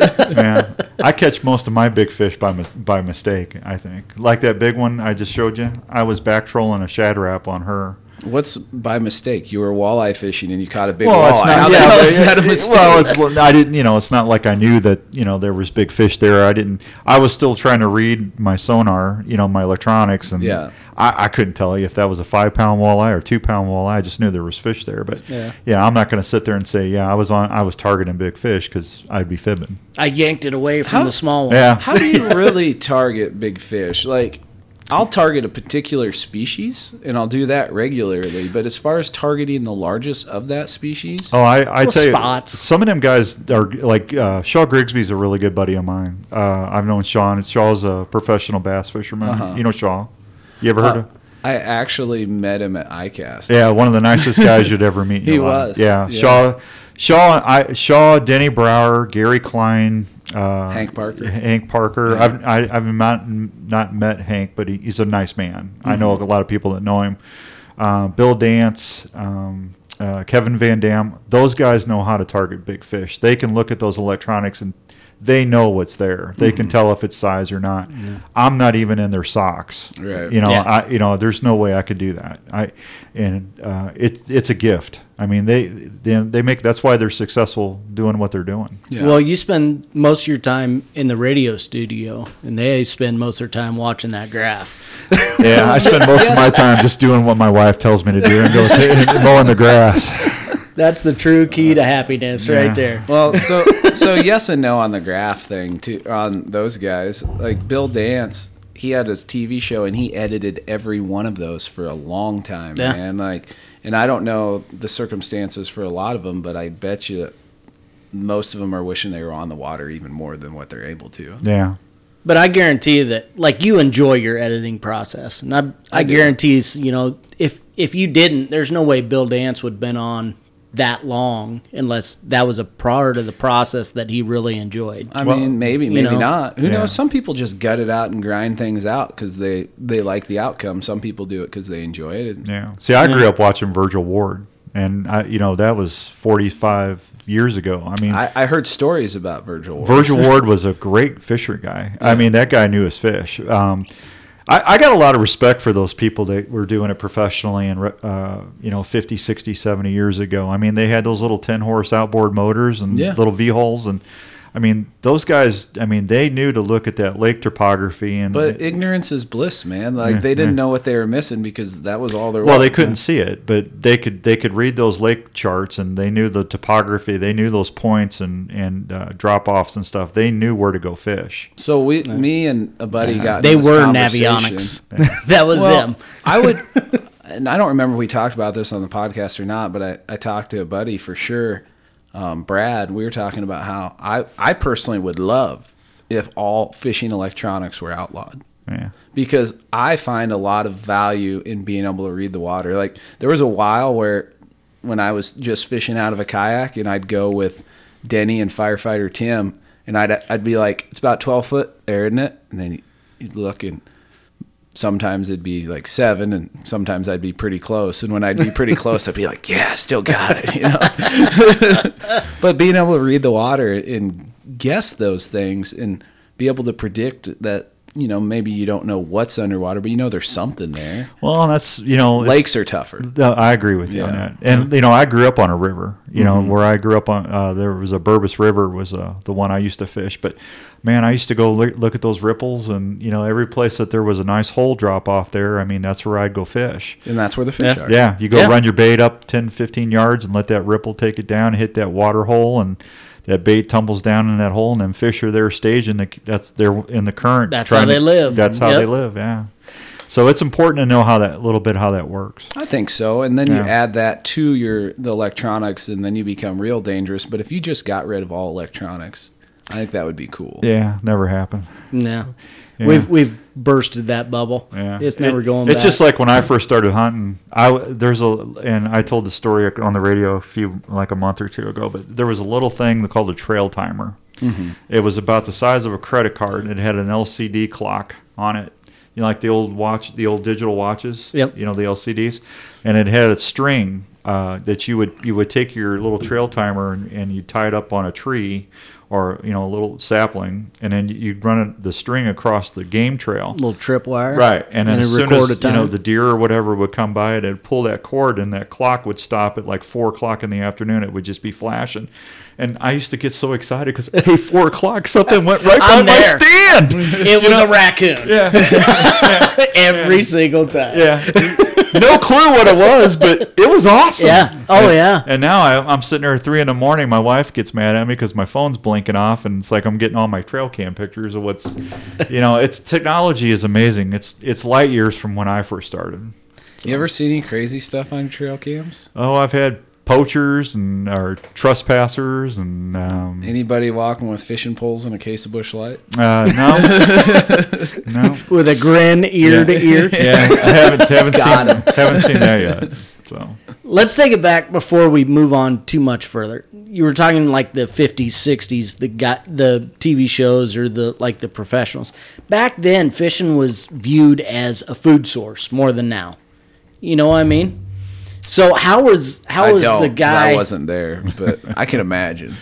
S1: Yeah, I catch most of my big fish by mis- by mistake. I think like that big one I just showed you. I was back trolling a shad wrap on her.
S2: What's by mistake? You were walleye fishing and you caught a big
S1: Well,
S2: walleye.
S1: it's not.
S2: How the
S1: Yeah,
S2: hell
S1: but
S2: is
S1: it-
S2: that a
S1: it-
S2: mistake?
S1: Well, it's, well, I didn't. You know, it's not like I knew that. You know, there was big fish there. I didn't. I was still trying to read my sonar. You know, my electronics, and
S2: Yeah.
S1: I, I couldn't tell you if that was a five pound walleye or two pound walleye. I just knew there was fish there. But yeah, I'm not going to sit there and say, yeah, I was on. I was targeting big fish because I'd be fibbing.
S3: I yanked it away from
S2: How-
S3: the small one.
S1: Yeah.
S2: How do you really target big fish? Like, I'll target a particular species, and I'll do that regularly. But as far as targeting the largest of that species,
S1: Oh, I, I
S3: Little
S1: tell you,
S3: spots.
S1: some of them guys are like uh, Shaw Grigsby's a really good buddy of mine. Uh, I've known Sean. Shaw's a professional bass fisherman.
S2: Uh-huh.
S1: You know Shaw. You
S2: Uh,
S1: ever heard of?
S2: I actually met him at ICAST.
S1: Yeah, one of the nicest guys you'd ever meet. in
S2: He
S1: your life.
S2: was,
S1: Yeah,
S2: yeah.
S1: Shaw, Shaw, I, Shaw, Denny Brower, Gary Klein, uh,
S2: Hank Parker.
S1: Hank Parker. I've I, I've not not met Hank, but he, he's a nice man. I know a
S2: Mm-hmm.
S1: lot of people that know him. Uh, Bill Dance. Um, uh, Kevin Van Dam, those guys know how to target big fish. They can look at those electronics and they know what's there. They
S2: Mm-hmm.
S1: can tell if it's size or not. I'm not even in their socks.
S2: Right.
S1: You know,
S3: Yeah.
S1: I, you know, there's no way I could do that. I, and uh, it's it's a gift. I mean, they they they make that's why they're successful doing what they're doing.
S2: Yeah.
S3: Well, you spend most of your time in the radio studio, and they spend most of their time watching that graph.
S1: Yeah, I spend most of my time just doing what my wife tells me to do and, go and mowing the grass.
S3: That's the true key to happiness,
S1: Yeah.
S3: right there.
S2: Well, so so yes and no on the graph thing too on those guys. Like Bill Dance, he had his TV show and he edited every one of those for a long time,
S3: Yeah.
S2: man. Like, and I don't know the circumstances for a lot of them, but I bet you most of them are wishing they were on the water even more than what they're able to.
S1: Yeah,
S3: But I guarantee you that, like, you enjoy your editing process, and I, I, guarantee you, you know, if if you didn't, there's no way Bill Dance would have been on that long unless that was a part of the process that he really enjoyed.
S2: I mean, maybe,
S3: you
S2: maybe
S3: know,
S2: not. Who
S1: yeah.
S2: knows? Some people just gut it out and grind things out because they they like the outcome. Some people do it because they enjoy it. And-
S1: yeah. See, I grew up watching Virgil Ward, and I, you know, that was 45 years ago. I mean,
S2: I, I heard stories about Virgil. Ward.
S1: Virgil Ward was a great fisher guy. I mean, that guy knew his fish. Um, I, I got a lot of respect for those people that were doing it professionally and, re- uh, you know, 50, 60, 70 years ago. I mean, they had those little 10 horse outboard motors and
S2: Yeah.
S1: little V holes. And I mean, those guys, I mean, they knew to look at that lake topography and,
S2: But ignorance is bliss, man. Like they didn't know what they were missing because that was all there
S1: well,
S2: was.
S1: they couldn't see it, but they could they could read those lake charts, and they knew the topography. They knew those points and and uh, drop offs and stuff. They knew where to go fish.
S2: So we, me and a buddy got.
S3: they
S2: into this
S3: were
S2: conversation.
S3: Navionics. that was
S2: Well,
S3: them.
S2: I would. and I don't remember if we talked about this on the podcast or not, but I, I talked to a buddy for sure, um, Brad. We were talking about how I, I personally would love if all fishing electronics were outlawed
S1: Yeah.
S2: because I find a lot of value in being able to read the water. Like there was a while where when I was just fishing out of a kayak and I'd go with Denny and firefighter Tim and I'd I'd be like, it's about twelve foot there, isn't it? And then you'd look and sometimes it'd be like seven and sometimes I'd be pretty close. And when I'd be pretty close, I'd be like, yeah, still got it, you know? but being able to read the water and guess those things and be able to predict that, you know, maybe you don't know what's underwater, but you know there's something there.
S1: Well, and that's you know it's-
S2: Lakes are tougher.
S1: Th- I agree with you on
S2: Yeah. Mm-hmm.
S1: that. And you know, I grew up on a river. You know, where I grew up on, uh, there was a Burbus River was uh, the one I used to fish. But man, I used to go look, look at those ripples, and you know, every place that there was a nice hole drop off there, I mean, that's where I'd go fish.
S2: And that's where the fish are.
S1: Yeah, you go
S3: Yeah.
S1: run your bait up 10, 15 yards and let that ripple take it down, hit that water hole, and that bait tumbles down in that hole, and then fish are there staging. The, that's they're in the current.
S3: That's
S1: trying
S3: how they
S1: to-
S3: live.
S1: That's how they
S3: Yep.
S1: live. Yeah. So it's important to know how that little bit how that works.
S2: I think so. And then you
S1: Yeah.
S2: add that to your the electronics and then you become real dangerous. But if you just got rid of all electronics, I think that would be cool.
S1: Yeah, never happened.
S3: No.
S1: Yeah.
S3: We've we've bursted that bubble.
S1: Yeah.
S3: It's never
S1: It-
S3: going
S1: It's
S3: back.
S1: just like when I first started hunting. I w- there's a and I told the story on the radio a few like a month or two ago, but there was a little thing called a trail timer.
S3: Mm-hmm.
S1: It was about the size of a credit card. It had an LCD clock on it. You know, like the old watch, the old digital watches.
S3: Yep.
S1: You know the LCDs, and it had a string uh, that you would you would take your little trail timer and, and you tie it up on a tree or you know a little sapling, and then you'd run it, the string across the game trail.
S3: little tripwire.
S1: Right, and, then
S3: it
S1: as soon as
S3: record a
S1: you know
S3: time.
S1: the deer or whatever would come by, it'd pull that cord, and that clock would stop at like four o'clock in the afternoon. It would just be flashing, and I used to get so excited because hey, four o'clock, something went right by
S3: I'm
S1: my
S3: there.
S1: stand.
S3: It was a raccoon.
S1: yeah,
S3: Every single time.
S1: yeah. No clue what it was, but it was awesome.
S3: Yeah. Oh,
S1: And-
S3: yeah.
S1: And now I, I'm sitting there at three in the morning. My wife gets mad at me because my phone's blinking off, and it's like I'm getting all my trail cam pictures of what's, you know, it's technology is amazing. It's it's light years from when I first started.
S2: You ever see any crazy stuff on trail cams?
S1: Oh, I've had poachers and or trespassers and um,
S2: Anybody walking with fishing poles and a case of bush light?
S1: uh, no, no,
S3: With a grin ear
S1: Yeah.
S3: to ear.
S1: yeah, I haven't haven't
S3: Got
S1: seen haven't seen that yet. So
S3: Let's take it back before we move on too much further. You were talking like the 50s, 60s, the got the TV shows or the like the professionals. Back then, fishing was viewed as a food source more than now. You know what I mean? So how was how was the guy?
S2: I wasn't there, but I can imagine.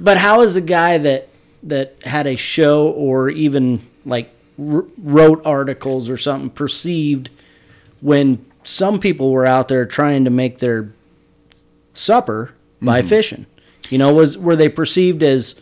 S3: But how is the guy that that had a show or even like r- wrote articles or something perceived when some people were out there trying to make their supper by
S1: Mm-hmm.
S3: fishing? You know, was were they perceived as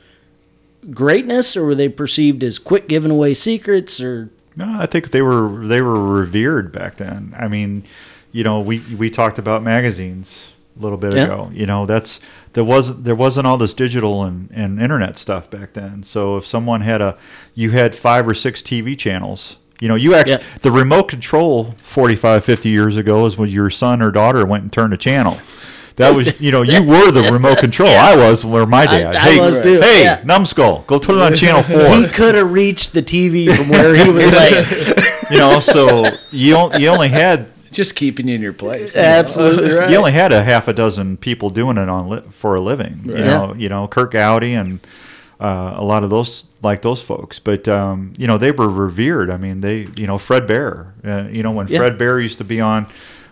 S3: greatness or were they perceived as quick giving away secrets or
S1: no, I think they were they were revered back then. I mean, you know, we we talked about magazines a little bit
S3: Yeah.
S1: ago. You know, that's there wasn't there wasn't all this digital and, and internet stuff back then. So if someone had a you had five or six TV channels. You know, you act
S3: Yeah.
S1: the remote control 45 50 years ago is when your son or daughter went and turned a channel. That was, you know, you were the remote control. I was, or my dad.
S3: I
S1: hey,
S3: was too,
S1: hey,
S3: yeah.
S1: numbskull, go turn it on channel four
S3: he could have reached the TV from where he was laying.
S1: you know so you on- you only had
S2: Just keeping you in your place.
S3: Absolutely right.
S1: you only had a half a dozen people doing it on li- for a living you
S3: Right.
S1: know you know Kirk Gowdy and uh, a lot of those like those folks but um, you know they were revered I mean they you know Fred Bear uh, you know when
S3: Yeah.
S1: Fred Bear used to be on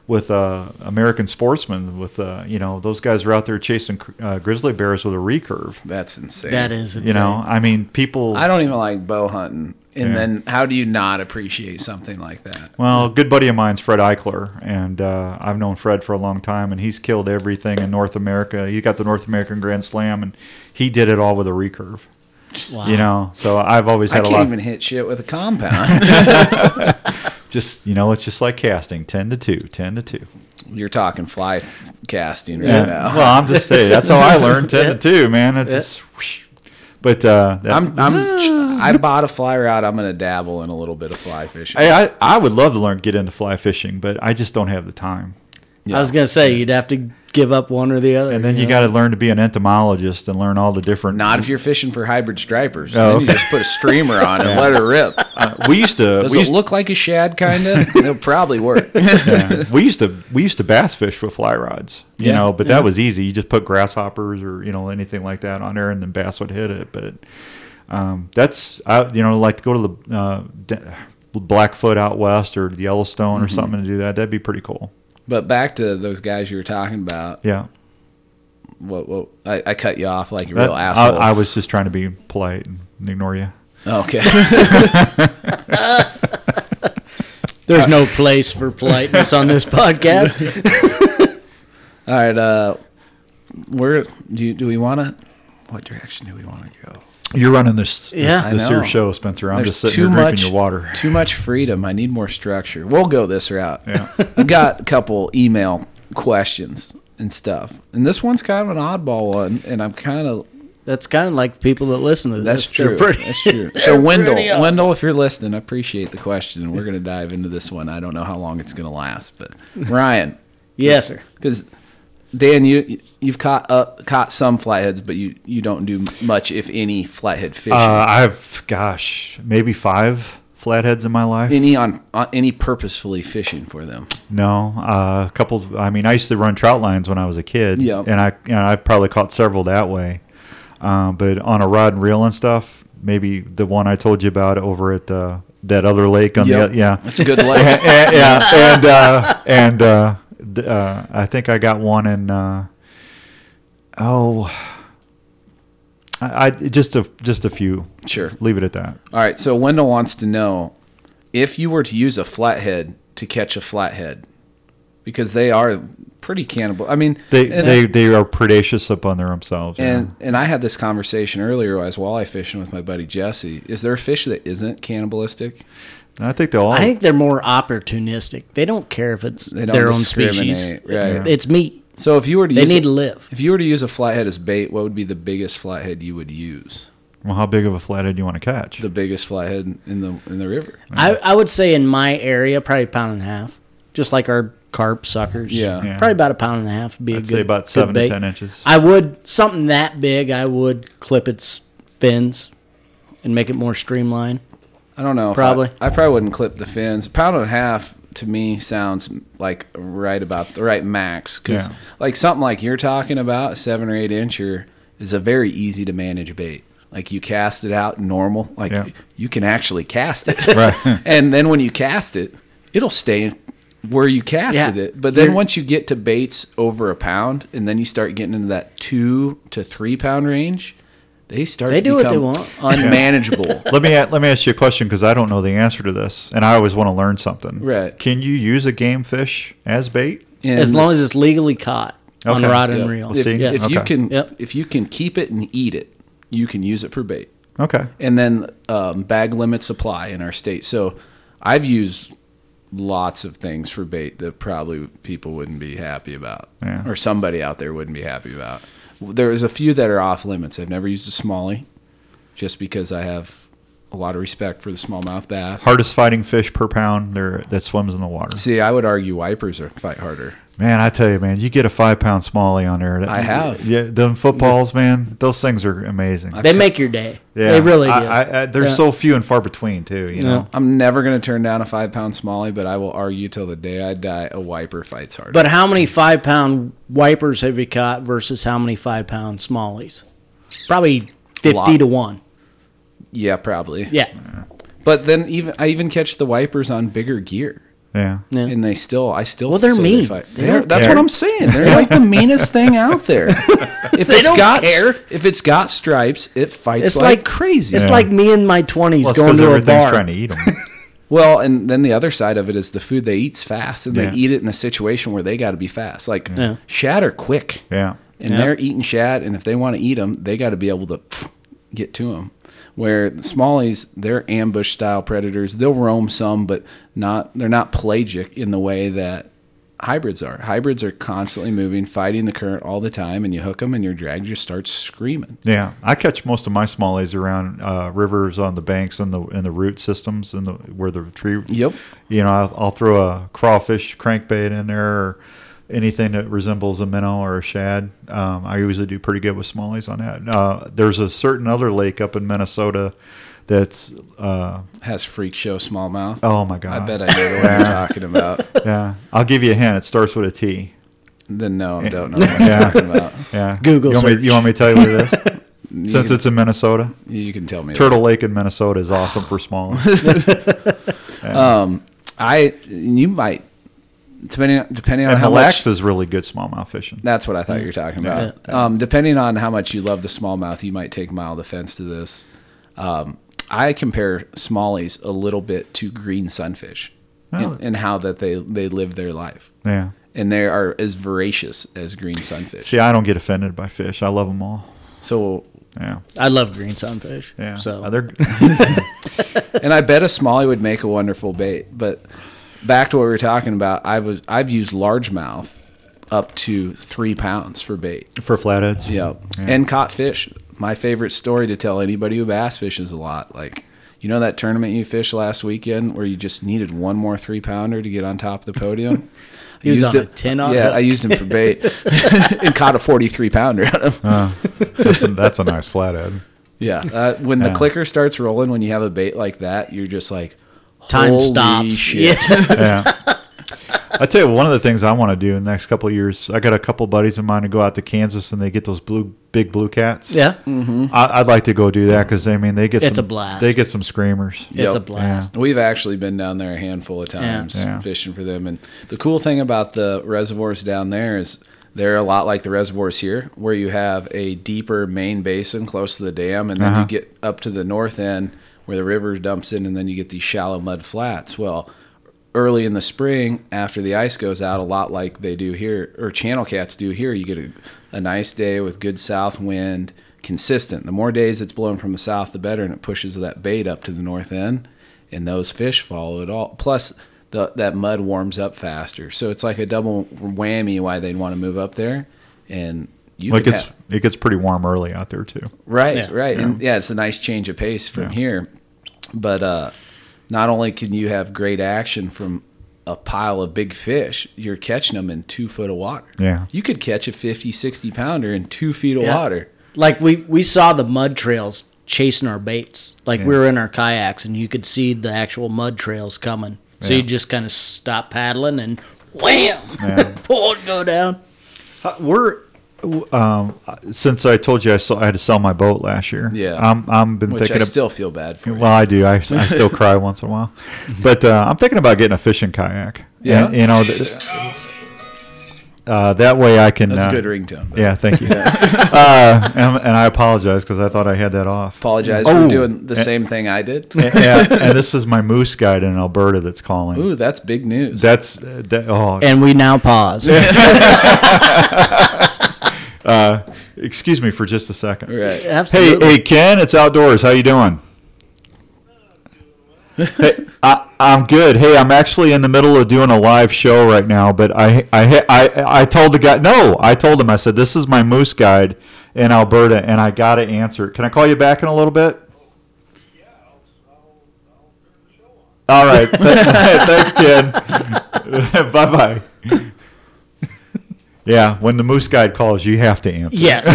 S1: with uh, American Sportsman with uh, you know those guys were out there chasing uh, grizzly bears with a recurve
S2: That's insane.
S3: That is
S1: you know I mean people
S2: I don't even like bow hunting. And
S1: Yeah.
S2: then how do you not appreciate something like that?
S1: Well, a good buddy of mine's Fred Eichler, and uh, I've known Fred for a long time, and he's killed everything in North America. He got the North American Grand Slam, and he did it all with a recurve.
S3: Wow.
S1: You know, so I've always
S2: I
S1: had a
S2: can't
S1: lot.
S2: even hit shit with a compound.
S1: Just you know, it's just like casting, ten to two, ten to two.
S2: You're talking fly casting right
S1: Yeah.
S2: now.
S1: Well, I'm just saying that's how I learned ten to two, man. It's just. Whoosh. But uh, that,
S2: I'm, I'm I bought a fly rod. I'm going to dabble in a little bit of fly fishing.
S1: Hey, I, I would love to learn get into fly fishing, but I just don't have the time.
S3: I was gonna say you'd have to give up one or the other.
S1: And then you
S3: know?
S1: got to learn to be an entomologist and learn all the different.
S2: Not if you're fishing for hybrid stripers.
S1: Oh,
S2: then you
S1: okay.
S2: just put a streamer on and let her rip.
S1: Uh, we used to.
S2: Does
S1: we
S2: it
S1: used,
S2: look like a shad, kind of? It'll probably work.
S1: yeah. we used to. We used to bass fish with fly rods. You
S2: Yeah.
S1: know, but that was easy. You just put grasshoppers or you know anything like that on there, and then bass would hit it. But um, that's I you know like to go to the uh, d- Blackfoot out west or the Yellowstone
S2: Mm-hmm.
S1: or something to do that. That'd be pretty cool.
S2: But back to those guys you were talking about.
S1: Yeah,
S2: What? What? I, I cut you off like a
S1: That-
S2: real
S1: I-
S2: asshole.
S1: I was just trying to be polite and ignore you.
S2: okay.
S1: Uh,
S3: There's no place for politeness on this podcast.
S2: All right. Uh, where do you, do we want to? What direction do we want to go?
S1: You're running this
S3: Yeah.
S1: this,
S3: I
S1: this here
S2: know.
S1: show, Spencer. I'm just
S2: There's
S1: sitting here drinking your water.
S2: Too much freedom. I need more structure. We'll go this route.
S1: Yeah.
S2: I've got a couple email questions and stuff, and this one's kind of an oddball one, and I'm kind of
S3: That's kind of like the people that listen to this.
S2: that's
S3: They're
S2: true.
S3: pretty-
S2: That's true. So Wendell,
S3: pretty up.
S2: Wendell, if you're listening, I appreciate the question, and we're gonna dive into this one. I don't know how long it's gonna last, but Ryan,
S3: yes, sir.
S2: because Dan, you you've caught uh, caught some flatheads, but you you don't do much, if any, flathead fishing.
S1: Uh, I've gosh, maybe five flatheads in my life.
S2: any on, on any purposefully fishing for them?
S1: No, uh, a couple. I mean, I used to run trout lines when I was a kid,
S2: Yeah.
S1: and I and I probably caught several that way. Um, but on a rod and reel and stuff, maybe the one I told you about over at uh, that other lake on
S2: Yep.
S1: the yeah,
S2: That's a good leg.
S1: yeah, yeah, and uh, and uh, th- uh, I think I got one in. Uh, oh, I, I just a just a few.
S2: Sure.
S1: leave it at that.
S2: All right. So Wendell wants to know if you were to use a flathead to catch a flathead, because they are pretty cannibal. I mean,
S1: They
S2: and-
S1: they, they are predacious upon their themselves. yeah.
S2: And and I had this conversation earlier while I was walleye fishing with my buddy Jesse. Is there a fish that isn't cannibalistic?
S1: I think they'll all.
S3: I think they're more opportunistic. They don't care if it's
S2: Oh. They don't
S3: their own
S2: discriminate,
S3: species.
S2: right.
S3: It's meat.
S2: So if you were to
S3: They
S2: use
S3: need to live.
S2: if you were to use a flathead as bait, what would be the biggest flathead you would use?
S1: well, how big of a flathead do you want to catch?
S2: The biggest flathead in the in the river.
S3: I, I would say in my area, probably a pound and a half, just like our carp suckers.
S2: Yeah.
S1: Yeah.
S3: probably about a pound and a half would be a
S1: I'd
S3: good.
S1: say about
S3: good
S1: seven to
S3: bait.
S1: 10 inches.
S3: I would something that big. I would clip its fins and make it more streamlined.
S2: I don't know. if I-
S3: Probably.
S2: I, probably wouldn't clip the fins. A pound and a half to me sounds like right about the right max. Because
S1: Yeah.
S2: like something like you're talking about, a seven or eight incher is a very easy to manage bait. Like you cast it out normal. Like
S1: Yeah.
S2: you can actually cast it.
S1: Right.
S2: and then when you cast it, it'll stay where you casted
S3: Yeah.
S2: it. But then
S3: You're-
S2: once you get to baits over a pound, and then you start getting into that two to three pound range, they start
S3: They
S2: to
S3: do what they
S2: become
S3: want.
S2: unmanageable.
S1: let me let me ask you a question because I don't know the answer to this, and I always want to learn something.
S2: Right.
S1: Can you use a game fish as bait?
S2: And
S3: as long as it's legally caught on
S1: Okay.
S3: rod
S2: Yep.
S3: and
S1: We'll
S3: reel.
S1: see.
S3: Yeah.
S2: If you
S1: Okay.
S2: can,
S3: Yep.
S2: if you can keep it and eat it, you can use it for bait.
S1: Okay.
S2: And then um, bag limits apply in our state. So I've used lots of things for bait that probably people wouldn't be happy about,
S1: Yeah.
S2: or somebody out there wouldn't be happy about. There's a few that are off limits. I've never used a smallie, just because I have a lot of respect for the smallmouth bass.
S1: Hardest fighting fish per pound there that swims in the water.
S2: See, I would argue wipers are fight harder.
S1: Man, I tell you, man, you get a five pound smallie on there. that-
S2: I have.
S1: Yeah, them footballs, man. Those things are amazing.
S3: They make your day.
S1: yeah,
S3: They really do.
S1: I, I, I, they're
S3: Yeah.
S1: so few and far between too. You know.
S2: I'm never going to turn down a five pound smallie, but I will argue till the day I die a wiper fights harder.
S3: But how many five pound wipers have you caught versus how many five pound smallies? Probably
S2: lot.
S3: fifty to one.
S2: Yeah, probably.
S3: Yeah.
S2: But then even I even catch the wipers on bigger gear.
S1: Yeah.
S3: Yeah.
S2: And they still, I still.
S3: Well, they're
S2: say
S3: mean.
S2: fight.
S3: They
S2: They're-
S3: don't
S2: that's
S1: care.
S2: what I'm saying. They're like the meanest thing out there. If it's
S3: don't
S2: got,
S3: care.
S2: if it's got stripes, it fights
S3: It's
S2: like,
S3: like-
S2: crazy.
S3: It's
S1: Yeah.
S3: like me in my twenties
S1: Well, it's
S3: going
S1: 'cause
S3: to a
S1: everything's
S3: bar.
S1: trying to eat them.
S2: Well, and then the other side of it is the food they eat's fast, and
S1: Yeah.
S2: they eat it in a situation where they got to be fast. Like
S3: Yeah.
S2: shad are quick.
S1: yeah.
S2: and
S3: Yeah.
S2: they're eating shad and if they want to eat them they got to be able to pff, get to them where the smallies they're ambush style predators they'll roam some but not they're not pelagic in the way that hybrids are. Hybrids are constantly moving, fighting the current all the time, and you hook them, and your drag just starts screaming.
S1: Yeah, I catch most of my smallies around uh, rivers on the banks and the in the root systems and the where the tree.
S2: Yep.
S1: You know, I'll, I'll throw a crawfish crankbait in there or anything that resembles a minnow or a shad. Um, I usually do pretty good with smallies on that. Uh, there's a certain other lake up in Minnesota that's uh,
S2: Has freak show smallmouth.
S1: oh my god.
S2: I bet I know what you're talking about.
S1: Yeah, I'll give you a hint. It starts with a T.
S2: Then no, I don't know what you're talking about.
S1: Yeah.
S3: Google
S1: You want me,
S3: search.
S1: you want me to tell you what it is? Since it's in Minnesota,
S2: You can tell me. that.
S1: Turtle Lake in Minnesota is awesome for smallies.
S2: I you might depending depending on
S1: and
S2: how
S1: Mille Lacs
S2: much.
S1: is really good smallmouth fishing.
S2: That's what I thought you were talking about. Um, depending on how much you love the smallmouth, you might take mild offense to this. Um, I compare smallies a little bit to green sunfish,
S1: Oh.
S2: and in, in how that they they live their life,
S1: Yeah.
S2: and they are as voracious as green sunfish.
S1: See, I don't get offended by fish. I love them all.
S2: So,
S1: Yeah.
S3: I love green sunfish.
S1: Yeah.
S3: So
S1: Uh, they're-
S2: and I bet a smallie would make a wonderful bait. But back to what we were talking about, I was I've used largemouth up to three pounds for bait.
S1: for flatheads.
S2: Yep. And caught fish. My favorite story to tell anybody who bass fishes a lot. Like, you know that tournament you fished last weekend where you just needed one more three pounder to get on top of the podium?
S3: He was
S2: Used
S3: on a
S2: it-
S3: 10 on
S2: Yeah,
S3: hook.
S2: I used him for bait and caught a 43 pounder out of him.
S1: That's, a, that's a nice flathead.
S2: Yeah. Uh, when
S1: Yeah.
S2: the clicker starts rolling, when you have a bait like that, you're just like,
S3: time
S2: "Holy
S3: stops.
S2: shit."
S3: Yeah.
S1: Yeah. I tell you, one of the things I want to do in the next couple of years, I got a couple buddies of mine who go out to Kansas and they get those blue, big blue cats.
S3: yeah.
S1: I, I'd like to go do that because I mean they get
S3: It's
S1: some,
S3: a blast.
S1: They get some screamers.
S3: It's a
S2: Yep.
S3: blast.
S2: We've actually been down there a handful of times
S1: Yeah.
S2: fishing for them. And the cool thing about the reservoirs down there is they're a lot like the reservoirs here, where you have a deeper main basin close to the dam, and then you get up to the north end where the river dumps in, and then you get these shallow mud flats. Well, early in the spring, after the ice goes out, a lot like they do here, or channel cats do here, you get a, a nice day with good south wind. Consistent. The more days it's blowing from the south, the better, and it pushes that bait up to the north end and those fish follow it all. Plus, the, that mud warms up faster, so it's like a double whammy why they'd want to move up there. And you
S1: Like
S2: could
S1: it's
S2: have-
S1: it gets pretty warm early out there too.
S2: right,
S3: Yeah.
S2: right, and yeah, it's a nice change of pace from
S1: Yeah.
S2: here. But uh, not only can you have great action from a pile of big fish, you're catching them in two foot of water.
S1: Yeah.
S2: you could catch a 50, 60 pounder in two feet of
S3: Yeah.
S2: water.
S3: Like we we saw the mud trails chasing our baits. Like we were in our kayaks and you could see the actual mud trails coming. So you just kind of stop paddling and wham, pull it go down.
S1: We're um, since I told you I saw, I had to sell my boat last year.
S2: Yeah.
S1: I'm I'm been
S2: Which
S1: thinking
S2: I
S1: ab-
S2: still feel bad for.
S1: Well, I do. I, I still cry once in a while, but uh, I'm thinking about getting a fishing kayak.
S2: Yeah.
S1: And, you know, th- uh, that way I can.
S2: That's
S1: uh,
S2: a good ringtone.
S1: Yeah, thank you. uh, and, and I apologize because I thought I had that off.
S2: Apologize
S1: Oh,
S2: for doing the
S1: and-
S2: same thing I did.
S1: yeah, and this is my moose guide in Alberta that's calling.
S2: Ooh, that's big news.
S1: That's uh, that, oh,
S3: And we now pause.
S1: excuse me for just a second.
S2: right.
S1: Hey,
S3: Absolutely.
S1: hey, Ken, it's outdoors. How you doing? hey, I, I'm good. Hey, I'm actually in the middle of doing a live show right now, but I, I, I, I told the guy. No, I told him. I said this is my moose guide in Alberta, and I got to answer. it. Can I call you back in a little bit? All right. Thanks, Ken. bye bye. yeah, when the moose guide calls, you have to answer.
S3: Yes,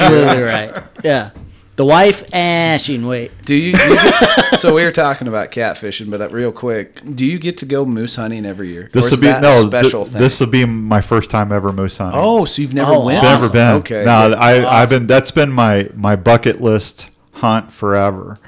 S3: absolutely right. Yeah. The wife, eh, she can wait.
S2: Do you? do you get- so we were talking about catfishing, but uh, real quick, do you get to go moose hunting every year? Or
S1: This
S2: is
S1: will be
S2: that a
S1: no
S2: special
S1: th-
S2: thing.
S1: This will be my first time ever moose hunting.
S2: oh, so you've never
S3: Oh,
S2: went?
S3: awesome.
S1: never been.
S2: Okay.
S1: no, I I've been. That's been my my bucket list hunt forever.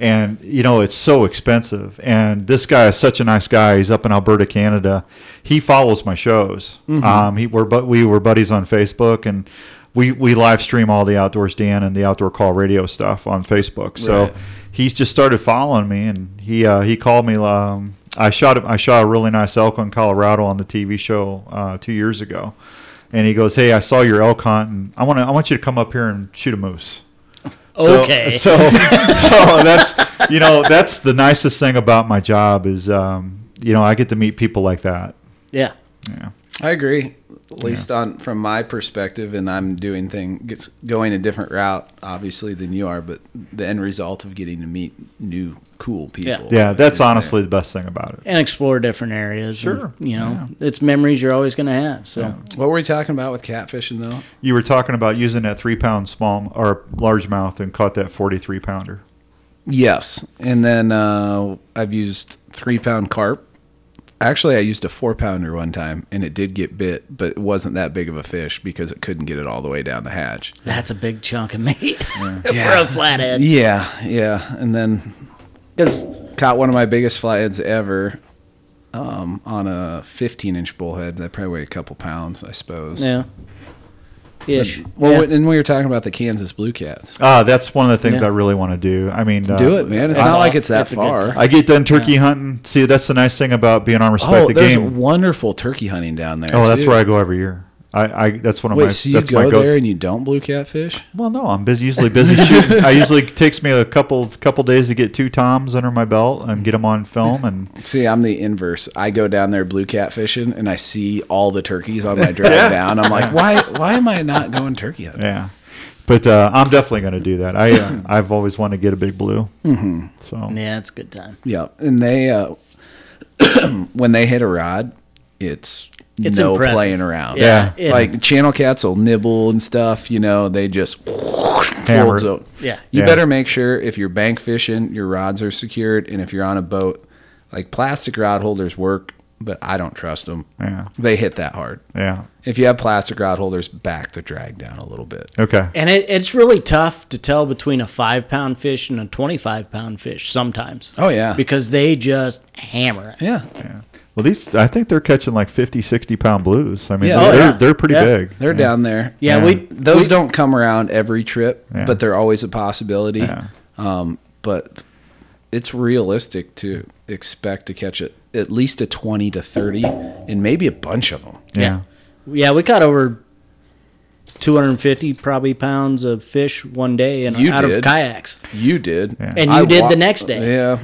S1: And you know it's so expensive. And this guy is such a nice guy. He's up in Alberta, Canada. He follows my shows.
S2: Mm-hmm.
S1: Um, he we're but we were buddies on Facebook, and we we live stream all the outdoors Dan and the outdoor call radio stuff on Facebook. So
S2: Right.
S1: he's just started following me, and he uh, he called me. Um, I shot him- I shot a really nice elk in Colorado on the TV show uh, two years ago, and he goes, "Hey, I saw your elk hunt, and I want to I want you to come up here and shoot a moose." So-
S3: Okay.
S1: So, so, that's you know that's the nicest thing about my job is um, you know I get to meet people like that.
S3: yeah.
S1: Yeah.
S2: I agree. At least on from my perspective, and I'm doing thing gets going a different route, obviously, than you are. But the end result of getting to meet new, cool people.
S1: Yeah,
S2: is
S1: that's
S2: there.
S1: honestly the best thing about it.
S3: and explore different areas. and,
S1: Sure,
S3: you know, it's memories you're always going to have. So
S2: What were we talking about with catfishing, though?
S1: You were talking about using that three pound small or largemouth and caught that 43 pounder.
S2: Yes, and then uh, I've used three pound carp. Actually, I used a four pounder one time, and it did get bit, but it wasn't that big of a fish because it couldn't get it all the way down the hatch.
S3: that's a big chunk of meat
S2: Yeah.
S3: for a flathead.
S2: Yeah, yeah, and then
S3: Because
S2: caught one of my biggest flatheads ever um, on a 15 inch bullhead. That probably weighed a couple pounds, I suppose.
S3: yeah, ish.
S2: Well,
S3: yeah.
S2: and we were talking about the Kansas blue cats.
S1: Ah, that's one of the things
S3: Yeah.
S1: I really want to do. I mean, uh,
S2: Do it, man. It's
S3: Um, that's
S2: not
S3: all-
S2: like it's that
S3: that's a good
S2: far.
S3: time.
S1: I get done turkey hunting. See, that's the nice thing about being on Respect
S2: Oh,
S1: the
S2: there's
S1: Game.
S2: wonderful turkey hunting down there.
S1: Oh, that's
S2: too.
S1: where I go every year. I, I that's one of my
S2: Wait, so you
S1: that's my
S2: go
S1: go-
S2: there and you don't blue catfish?
S1: Well, no, I'm busy. Usually busy shooting. I usually it takes me a couple couple days to get two toms under my belt and get them on film. And
S2: See, I'm the inverse. I go down there blue cat fishing, and I see all the turkeys on my drive down. I'm like, why? Why am I not going turkey hunting?
S1: yeah, but uh, I'm definitely going to do that. I uh, I've always wanted to get a big blue. Mm-hmm. So
S3: yeah, it's a good time.
S2: Yeah, and they uh, when they hit a rod, it's
S3: It's
S2: no
S3: impressive.
S2: playing around.
S3: Yeah,
S1: Yeah.
S3: it-
S2: like channel cats will nibble and stuff. You know, they just folds out.
S3: Yeah.
S2: you
S1: Yeah.
S2: better make sure if you're bank fishing, your rods are secured, and if you're on a boat, like plastic rod holders work, but I don't trust them.
S1: Yeah.
S2: they hit that hard.
S1: yeah,
S2: If you have plastic rod holders, back the drag down a little bit.
S1: okay,
S3: and it, it's really tough to tell between a five pound fish and a twenty five pound fish sometimes.
S2: Oh yeah,
S3: because they just hammer it.
S2: yeah.
S1: yeah. Well, these I think they're catching like 50, 60 pound blues. I mean,
S2: Yeah.
S1: they're,
S2: Oh,
S1: they're,
S3: yeah.
S1: they're pretty
S3: Yeah.
S1: big.
S2: They're
S1: yeah.
S2: down there.
S3: Yeah,
S1: Yeah.
S3: we
S2: Those
S3: we-
S2: don't come around every trip,
S1: Yeah.
S2: but they're always a possibility.
S1: Yeah.
S2: Um, but it's realistic to expect to catch it at least a 20 to 30 and maybe a bunch of them.
S1: Yeah.
S3: yeah we caught over. 250 probably pounds of fish one day and
S2: You
S3: out
S2: did.
S3: of kayaks.
S2: You did.
S3: And you did the next day.
S2: Yeah.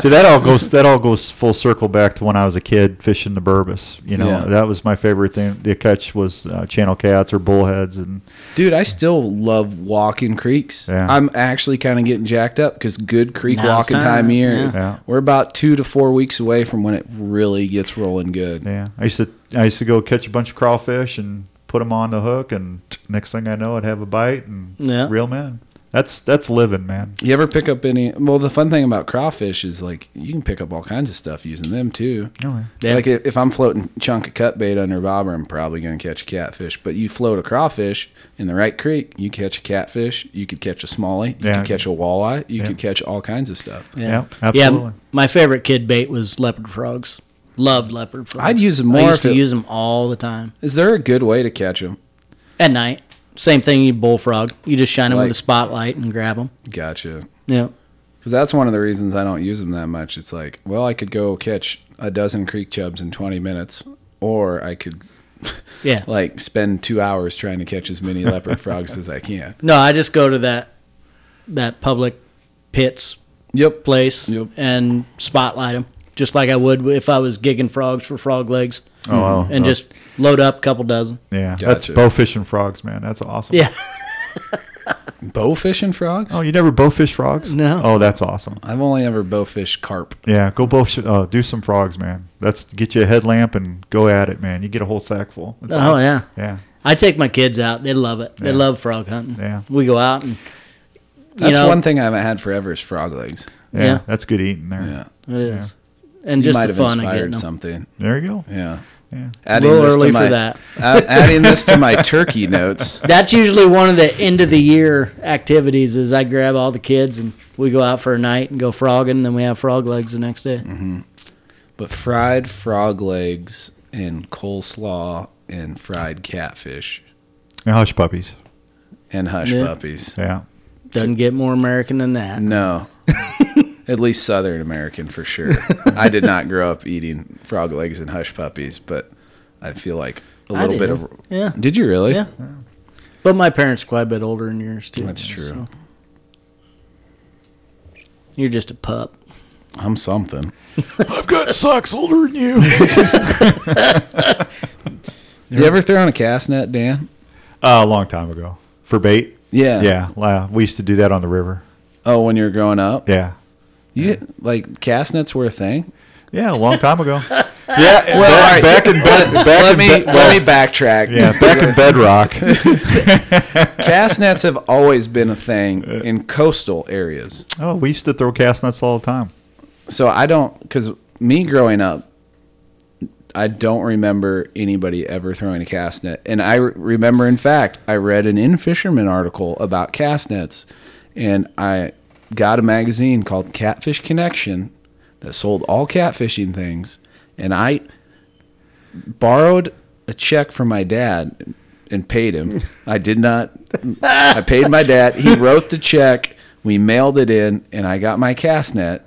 S1: So that all goes that all goes full circle back to when I was a kid fishing the Burbus. You know,
S2: Yeah.
S1: that was my favorite thing. The catch was uh, channel cats or bullheads, and
S2: Dude, I still love walking creeks.
S1: Yeah.
S2: I'm actually kind of getting jacked up because good creek
S3: Now it's
S2: walking time,
S3: time,
S2: here.
S3: yeah.
S1: Yeah.
S2: We're about two to four weeks away from when it really gets rolling good.
S1: yeah, I used to I used to go catch a bunch of crawfish and put them on the hook, and next thing I know, I'd have a bite and
S3: Yeah.
S1: real man. That's that's living, man.
S2: You ever pick up any? Well, the fun thing about crawfish is like you can pick up all kinds of stuff using them too.
S1: Oh,
S3: yeah.
S2: Like if, if I'm floating chunk of cut bait under a bobber, I'm probably going to catch a catfish. But you float a crawfish in the right creek, you catch a catfish, you could catch a smallie, you
S1: Yeah.
S2: could catch a walleye, you
S1: Yeah.
S2: could catch all kinds of stuff.
S1: Yeah, absolutely.
S3: my favorite kid bait was leopard frogs. Loved leopard frogs.
S2: I'd use 'em
S3: I
S2: more
S3: used to
S2: if it-
S3: use them all the time
S2: Is there a good way to catch them?
S3: at night. Same thing. You bullfrog. You just shine them
S2: Like-
S3: with a spotlight and grab them.
S2: Gotcha.
S3: Yeah.
S2: Because that's one of the reasons I don't use them that much. It's like, well, I could go catch a dozen creek chubs in 20 minutes, or I could
S3: Yeah.
S2: like spend two hours trying to catch as many leopard frogs as I can.
S3: no, I just go to that that public pits
S2: Yep.
S3: place
S2: Yep.
S3: and spotlight them just like I would if I was gigging frogs for frog legs
S1: Oh, wow.
S3: and
S1: Oh,
S3: just load up a couple dozen.
S1: yeah, that's
S2: Gotcha.
S1: bow fishing frogs, man. That's awesome.
S3: Yeah.
S2: Bow fishing frogs?
S1: Oh, you never bow fish frogs?
S3: No.
S1: Oh, that's awesome.
S2: I've only ever bow fished carp.
S1: Yeah, go bow. Sh- uh, do some frogs, man. That's get you a headlamp and go at it, man. You get a whole sack full. That's
S3: Oh
S1: awesome.
S3: yeah.
S1: Yeah.
S3: I take my kids out. They love it. They love frog hunting.
S1: Yeah.
S3: We go out and
S2: That's
S3: know-
S2: one thing I haven't had forever is frog legs.
S1: Yeah,
S3: Yeah.
S1: that's good eating there.
S2: Yeah.
S3: it is. And
S2: you
S3: just
S2: might
S3: the
S2: have
S3: fun of getting
S2: inspired
S3: 'em.
S2: something.
S1: There you go.
S2: Yeah.
S1: Yeah.
S2: Adding
S3: little
S2: this to
S3: early for
S2: my,
S3: that.
S2: add- adding this to my turkey notes.
S3: That's usually one of the end of the year activities. Is I grab all the kids and we go out for a night and go frogging. Then we have frog legs the next day.
S2: Mm-hmm. But fried frog legs and coleslaw and fried catfish
S1: And hush puppies.
S2: and hush
S3: Yeah.
S2: puppies.
S1: Yeah.
S3: Doesn't get more American than that.
S2: No. At least Southern American for sure. I did not grow up eating frog legs and hush puppies, but I feel like a
S3: I
S2: little bit
S3: did.
S2: of.
S3: Yeah.
S2: Did Mm-hmm. you really?
S3: Yeah. But my parents are quite a bit older than yours too.
S2: That's true.
S3: You're just a pup.
S2: I'm something.
S5: I've got socks older than you.
S2: You ever throw on a cast net, Dan?
S1: Uh, a long time ago for bait.
S2: Yeah.
S1: Yeah, la- we used to do that on the river.
S2: Oh, when you were growing up,
S1: Yeah,
S2: you like cast nets were a thing.
S1: yeah, a long time ago.
S5: Yeah,
S2: Well,
S5: back, back in bed. Back
S2: Let
S5: in
S2: me
S5: bed-
S2: let me backtrack.
S1: Yeah, back in Bedrock.
S2: cast nets have always been a thing in coastal areas.
S1: Oh, we used to throw cast nets all the time.
S2: So I don't because me growing up, I don't remember anybody ever throwing a cast net. And I re- remember, in fact, I read an In Fisherman article about cast nets, and I got a magazine called Catfish Connection that sold all catfishing things, and I borrowed a check from my dad and paid him. I did not. I paid my dad. He wrote the check. We mailed it in, and I got my cast net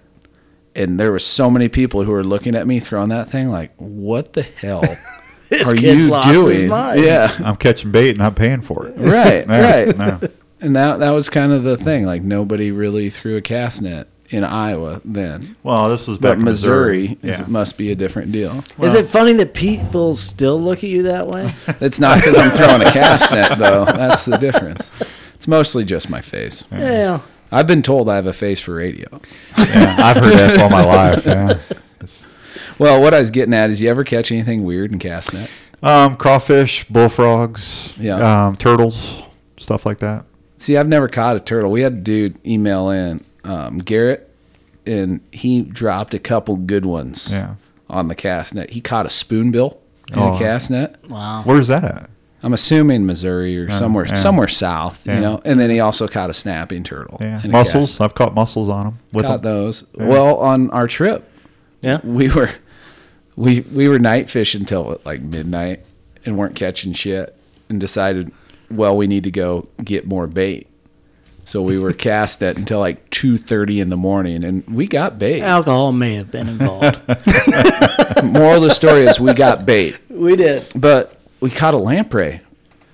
S2: and there were so many people who were looking at me throwing that thing like what the hell
S3: This
S2: are
S3: kid's
S2: you
S3: lost
S2: doing
S3: his mind.
S2: yeah
S1: I'm catching bait and I'm paying for it.
S2: right
S1: Yeah,
S2: right
S1: yeah.
S2: and that that was kind of the thing like nobody really threw a cast net in iowa then
S1: Well, this was back
S2: but
S1: in
S2: missouri, is,
S1: Yeah.
S2: must be a different deal
S3: Is it funny that people still look at you that way?
S2: it's not because i'm throwing a cast net though that's the difference it's mostly just my face
S3: yeah.
S2: i've been told i have a face for radio
S1: Yeah, I've heard that all my life. Yeah.
S2: well what i was getting at is you ever catch anything weird in cast net
S1: Um, crawfish, bullfrogs,
S2: Yeah.
S1: um, turtles, stuff like that.
S2: See, I've never caught a turtle. We had a dude email in um, Garrett, and he dropped a couple good ones
S1: Yeah.
S2: on the cast net. He caught a spoonbill in
S1: Oh.
S2: the cast net.
S3: Wow.
S1: Where's that at?
S2: I'm assuming Missouri or somewhere
S1: yeah.
S2: somewhere south,
S1: Yeah.
S2: you know. And then he also caught a snapping turtle.
S1: Yeah.
S2: in a cast-
S1: Mussels. I've caught mussels on them. With
S2: Caught
S1: them.
S2: those. Well, on our trip,
S3: Yeah.
S2: we were we we were night fishing till like midnight and weren't catching shit and decided well we need to go get more bait so we were cast at until like 2.30 in the morning and we got bait
S3: Alcohol may have been involved.
S2: moral of the story is we got bait
S3: we did.
S2: but we caught a lamprey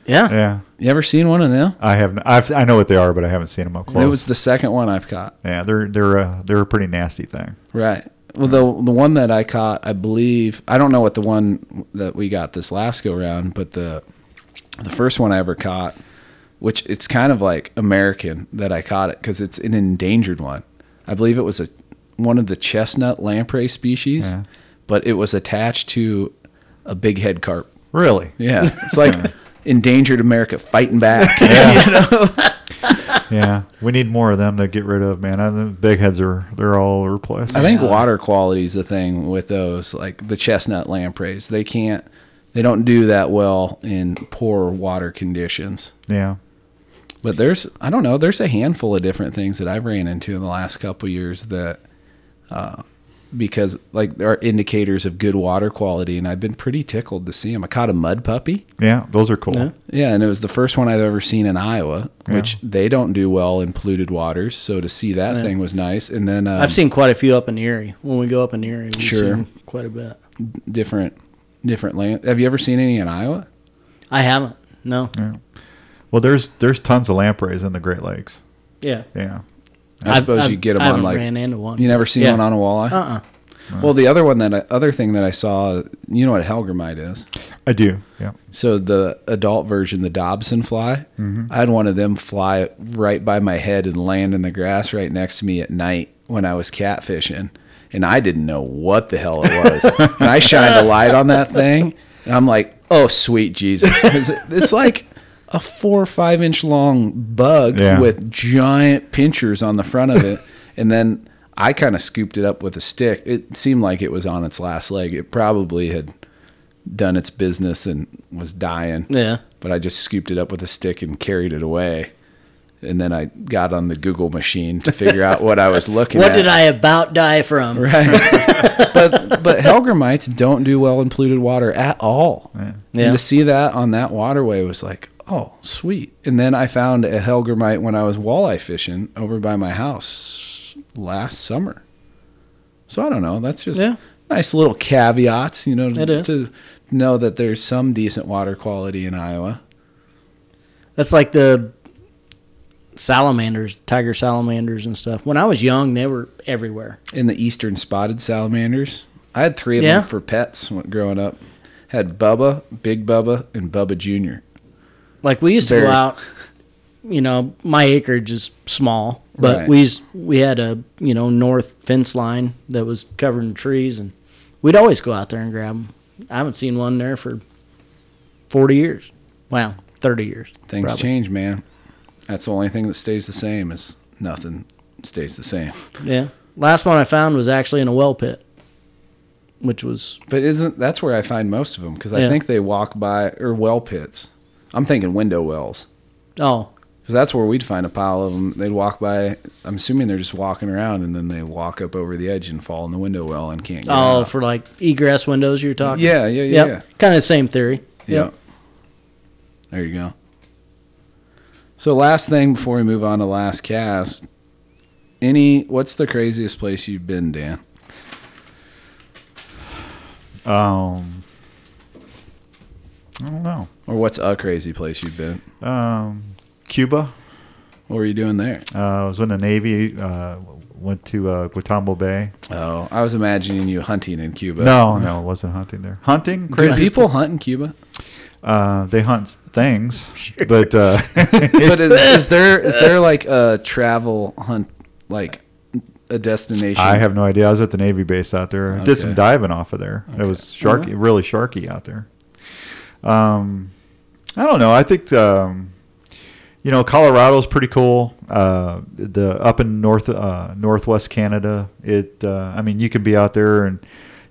S3: Yeah.
S1: Yeah.
S2: you ever seen one of them
S1: I haven't. I've, I know what they are, but I haven't seen them up close.
S2: it was the second one i've caught
S1: yeah, they're they're uh, they're a pretty nasty thing.
S2: right well the, the one that i caught i believe i don't know what the one that we got this last go round but the the first one I ever caught, which it's kind of like American that I caught it because it's an endangered one. I believe it was a one of the chestnut lamprey species, but it was attached to a big head carp.
S1: Really?
S2: Yeah, it's like endangered America fighting back.
S1: Yeah. we need more of them to get rid of, man. I, the big heads are they're all over the place.
S2: I think water quality is the thing with those, like the chestnut lampreys. They can't, they don't do that well in poor water conditions.
S1: Yeah.
S2: But there's, I don't know, there's a handful of different things that I've ran into in the last couple years that, uh, because like there are indicators of good water quality, and I've been pretty tickled to see them. I caught a mud puppy.
S1: Yeah. Those are cool.
S2: Yeah, and it was the first one I've ever seen in Iowa, which they don't do well in polluted waters. So to see that thing was nice. And then um,
S3: I've seen quite a few up in Erie. When we go up in Erie, we've
S2: Sure.
S3: seen quite a bit.
S2: different, different land. Have you ever seen any in Iowa?
S3: I haven't. No.
S1: Well, there's there's tons of lampreys in the Great Lakes.
S3: Yeah.
S1: Yeah.
S2: I
S3: I've-
S2: suppose
S3: I've-
S2: you get them
S3: I
S2: on
S3: haven't
S2: like
S3: ran into one.
S2: you never seen
S3: Yeah.
S2: one on a walleye.
S3: Uh-uh.
S2: Well, the other one that I, other thing that I saw, you know what helgramite is?
S1: I do. Yeah.
S2: So the adult version, the Dobson fly, I had one of them fly right by my head and land in the grass right next to me at night when I was catfishing, and I didn't know what the hell it was. and I shined a light on that thing, and I'm like, "Oh sweet Jesus!" 'Cause it's like a four or five inch long bug
S1: Yeah.
S2: with giant pinchers on the front of it, and then I kind of scooped it up with a stick. It seemed like it was on its last leg. It probably had done its business and was dying.
S3: Yeah.
S2: But I just scooped it up with a stick and carried it away. And then I got on the Google machine to figure out what I was looking
S3: What
S2: at.
S3: did I about die from?
S2: but but Helgramites don't do well in polluted water at all.
S3: Yeah.
S2: And to see that on that waterway was like, oh, sweet. And then I found a Helgramite when I was walleye fishing over by my house last summer. So I don't know. That's just
S3: Yeah.
S2: nice little caveats, you know,
S3: It
S2: to,
S3: is.
S2: to know that there's some decent water quality in Iowa.
S3: That's like the salamanders, tiger salamanders and stuff. When I was young, they were everywhere.
S6: in the eastern spotted salamanders. I had three of
S3: Yeah.
S6: them for pets when, growing up. Had Bubba, Big Bubba, and Bubba Junior.
S3: Like we used to
S6: Very-
S3: go out. You know, my acreage is small, but
S6: Right.
S3: we used, we had a you know north fence line that was covered in trees, and we'd always go out there and grab them. I haven't seen one there for forty years. Wow, thirty years.
S6: Things
S3: probably.
S6: change, man. That's the only thing that stays the same is nothing stays the same.
S3: Yeah. Last one I found was actually in a well pit, which was
S6: But isn't that's where I find most of them because I
S3: Yeah.
S6: think they walk by or well pits. I'm thinking window wells
S3: oh
S6: because that's where we'd find a pile of them. They'd walk by. I'm assuming they're just walking around and then they walk up over the edge and fall in the window well and can't get
S3: oh
S6: out.
S3: for like egress windows you're talking.
S6: Yeah, yeah, yeah, yeah.
S3: Kind of the same theory.
S6: Yep. There you go. So last thing before we move on to last cast, any what's the craziest place you've been, Dan?
S1: Um, I don't know.
S6: Or what's a crazy place you've been?
S1: Um, Cuba.
S6: What were you doing there?
S1: Uh, I was in the Navy. Uh, went to uh, Guantanamo Bay.
S6: Oh, I was imagining you hunting in Cuba.
S1: no,
S2: Oh,
S1: no, I wasn't hunting there. Hunting?
S6: Do
S1: Crazy.
S6: people hunt in Cuba?
S1: Uh, they hunt things, but uh,
S6: But is, is there is there like a travel hunt like a destination?
S1: I have no idea. I was at the Navy base out there. I Did some
S6: Okay. Uh-huh.
S1: diving off of there. It was sharky, really sharky out there. Um, I don't know. I think um, you know Colorado's pretty cool. Uh, the up in north uh, northwest Canada, it. Uh, I mean, you could be out there and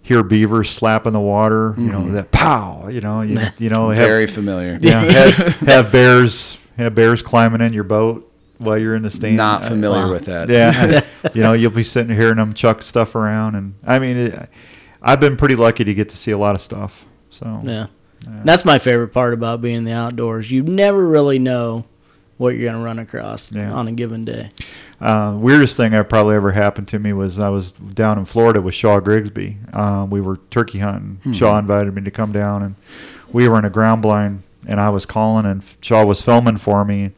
S1: hear beavers slap in the water. You know that pow. You know you, you know have-
S6: Mm-hmm. very familiar.
S1: Yeah, have, have bears have bears climbing in your boat while you're in the stand.
S6: Not
S1: I-
S6: familiar
S3: Wow.
S6: with that.
S1: yeah, you know, you'll be sitting hearing them chuck stuff around, and I mean, it, I've been pretty lucky to get to see a lot of stuff. So
S3: Yeah. That's my favorite part about being in the outdoors. You never really know what you're going to run across
S1: Yeah.
S3: on a given day.
S1: uh, weirdest thing that probably ever happened to me was I was down in Florida with Shaw Grigsby. Um, we were turkey hunting.
S6: Hmm.
S1: Shaw invited me to come down, and we were in a ground blind, and I was calling, and Shaw was filming for me,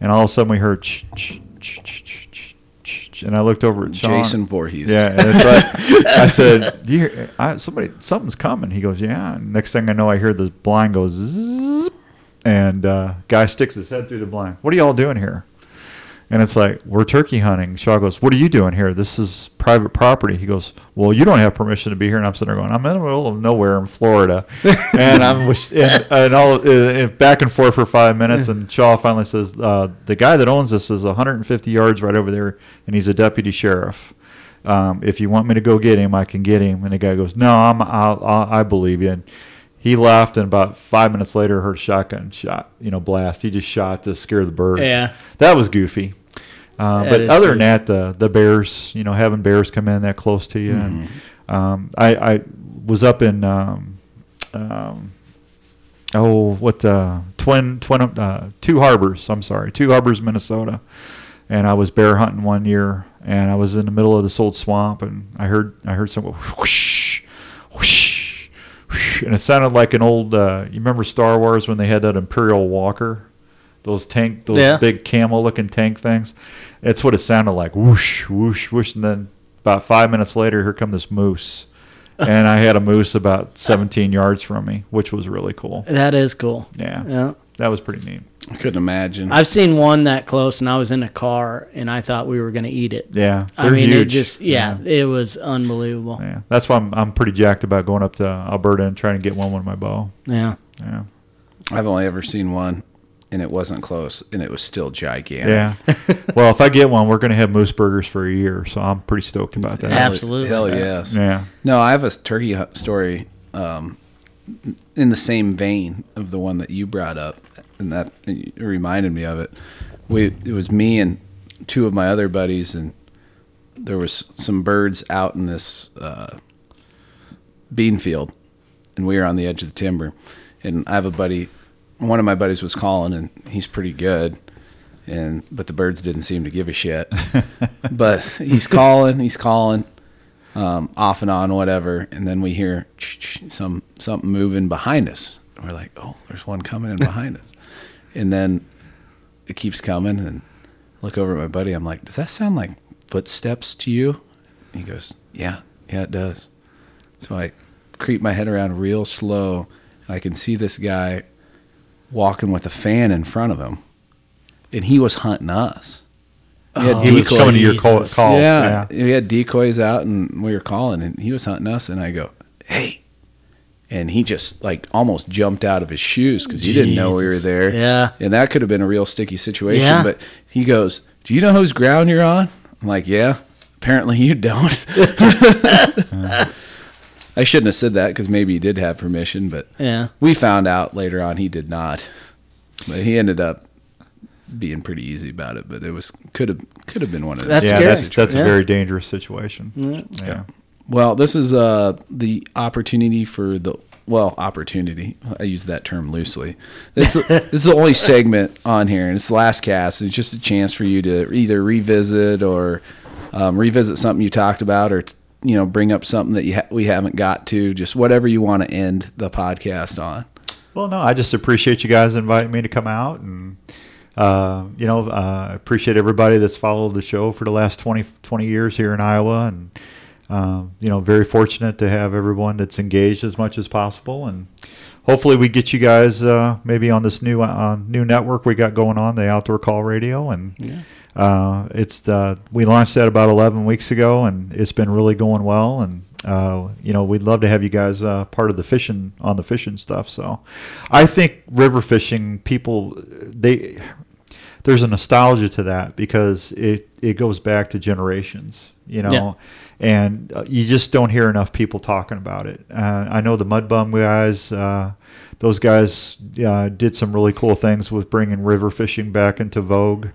S1: and all of a sudden we heard. Ch- ch- ch- ch- ch- ch- ch- ch- and I looked over at Shaw.
S6: Jason Voorhees.
S1: Yeah, and it's like I said, you hear, I, somebody, something's coming. He goes, yeah. And next thing I know, I hear the blind goes, Zzz, and uh, guy sticks his head through the blind. What are y'all doing here? And it's like we're turkey hunting. Shaw goes, "What are you doing here? This is private property." He goes, "Well, you don't have permission to be here." And I'm sitting there going, "I'm in the middle of nowhere in Florida," and I'm with- and, and all uh, and back and forth for five minutes. And Shaw finally says, uh, "The guy that owns this is 150 yards right over there, and he's a deputy sheriff." um, if you want me to go get him, I can get him. And the guy goes, no, I'm, I'll, I'll, I believe you. And he left, and about five minutes later, heard a shotgun shot, you know, blast. He just shot to scare the birds.
S3: Yeah.
S1: that was goofy. Uh,
S3: That
S1: but
S3: is
S1: other than that, the the bears, you know, having bears come in that close to you, and um, I, I was up in um, um, oh what uh, twin twin uh, two harbors i'm sorry two harbors minnesota and i was bear hunting one year and i was in the middle of this old swamp and i heard i heard someone whoosh whoosh whoosh and it sounded like an old uh, you remember star wars when they had that imperial walker those tank those
S3: Yeah.
S1: big camel looking tank things that's what it sounded like whoosh whoosh whoosh and then about five minutes later here come this moose and i had a moose about 17 yards from me which was really cool
S3: That is cool.
S1: yeah.
S3: Yeah.
S1: That was pretty neat.
S6: I couldn't imagine.
S3: I've seen one that close and I was in a car and I thought we were going to eat it.
S1: Yeah.
S3: I
S1: they're
S3: mean, it
S1: huge.
S3: just, yeah, it was unbelievable.
S1: Yeah. That's why I'm, I'm pretty jacked about going up to Alberta and trying to get one with my bow.
S3: Yeah.
S1: Yeah.
S6: I've only ever seen one, and it wasn't close, and it was still gigantic.
S1: Yeah. well, if I get one, we're going to have moose burgers for a year. So I'm pretty stoked about that.
S3: Yeah. Absolutely.
S6: Hell yes.
S1: Yeah.
S6: No, I have a turkey hu- story um, in the same vein of the one that you brought up, and that it reminded me of it. We it was me and two of my other buddies, and there was some birds out in this uh, bean field, and we were on the edge of the timber. And I have a buddy, one of my buddies was calling, and he's pretty good, and but the birds didn't seem to give a shit. but he's calling, he's calling, um, off and on, whatever. And then we hear ch- ch- some something moving behind us. We're like, oh, there's one coming in behind us. And then it keeps coming, and
S2: Look over at my buddy. I'm like, does that sound like footsteps to you? And he goes, yeah, yeah, it does. So I creep my head around real slow. And I can see this guy walking with a fan in front of him. And he was hunting us. He had
S3: Oh,
S1: He was
S3: Decoys.
S1: coming to your call,
S3: Jesus.
S1: calls. Yeah.
S2: yeah, we had decoys out, and we were calling, and he was hunting us. And I go, "Hey!" And he just like almost jumped out of his shoes because he didn't know we were
S3: Jesus.
S2: there.
S3: Yeah.
S2: and that could have been a real sticky situation.
S3: Yeah.
S2: But he goes, "Do you know whose ground you're on?" I'm like, "Yeah." Apparently, you don't. I shouldn't have said that because maybe he did have permission, but
S3: Yeah.
S2: we found out later on he did not. But he ended up being pretty easy about it. But it was could have could have been one of those.
S3: That's
S1: yeah,
S3: scary.
S1: that's that's
S3: Yeah.
S1: a very dangerous situation. Yeah.
S2: Well, this is uh, the opportunity for the well opportunity. I use that term loosely. It's this is the only segment on here, and it's the last cast. It's just a chance for you to either revisit or um, revisit something you talked about, or you know, bring up something that you ha- we haven't got to. Just whatever you want to end the podcast on.
S1: Well, no, I just appreciate you guys inviting me to come out, and uh, you know, uh, I appreciate everybody that's followed the show for the last 20, 20 years here in Iowa, and um, you know, very fortunate to have everyone that's engaged as much as possible, and hopefully we get you guys uh, maybe on this new uh, new network we got going on, the Outdoor Call Radio, and. Uh, it's the, we launched that about 11 weeks ago and it's been really going well and uh, you know we'd love to have you guys uh, part of the fishing on the fishing stuff so i think river fishing people they there's a nostalgia to that because it it goes back to generations you know
S3: Yeah.
S1: and uh, you just don't hear enough people talking about it uh, i know the mud bum guys uh, those guys uh, did some really cool things with bringing river fishing back into vogue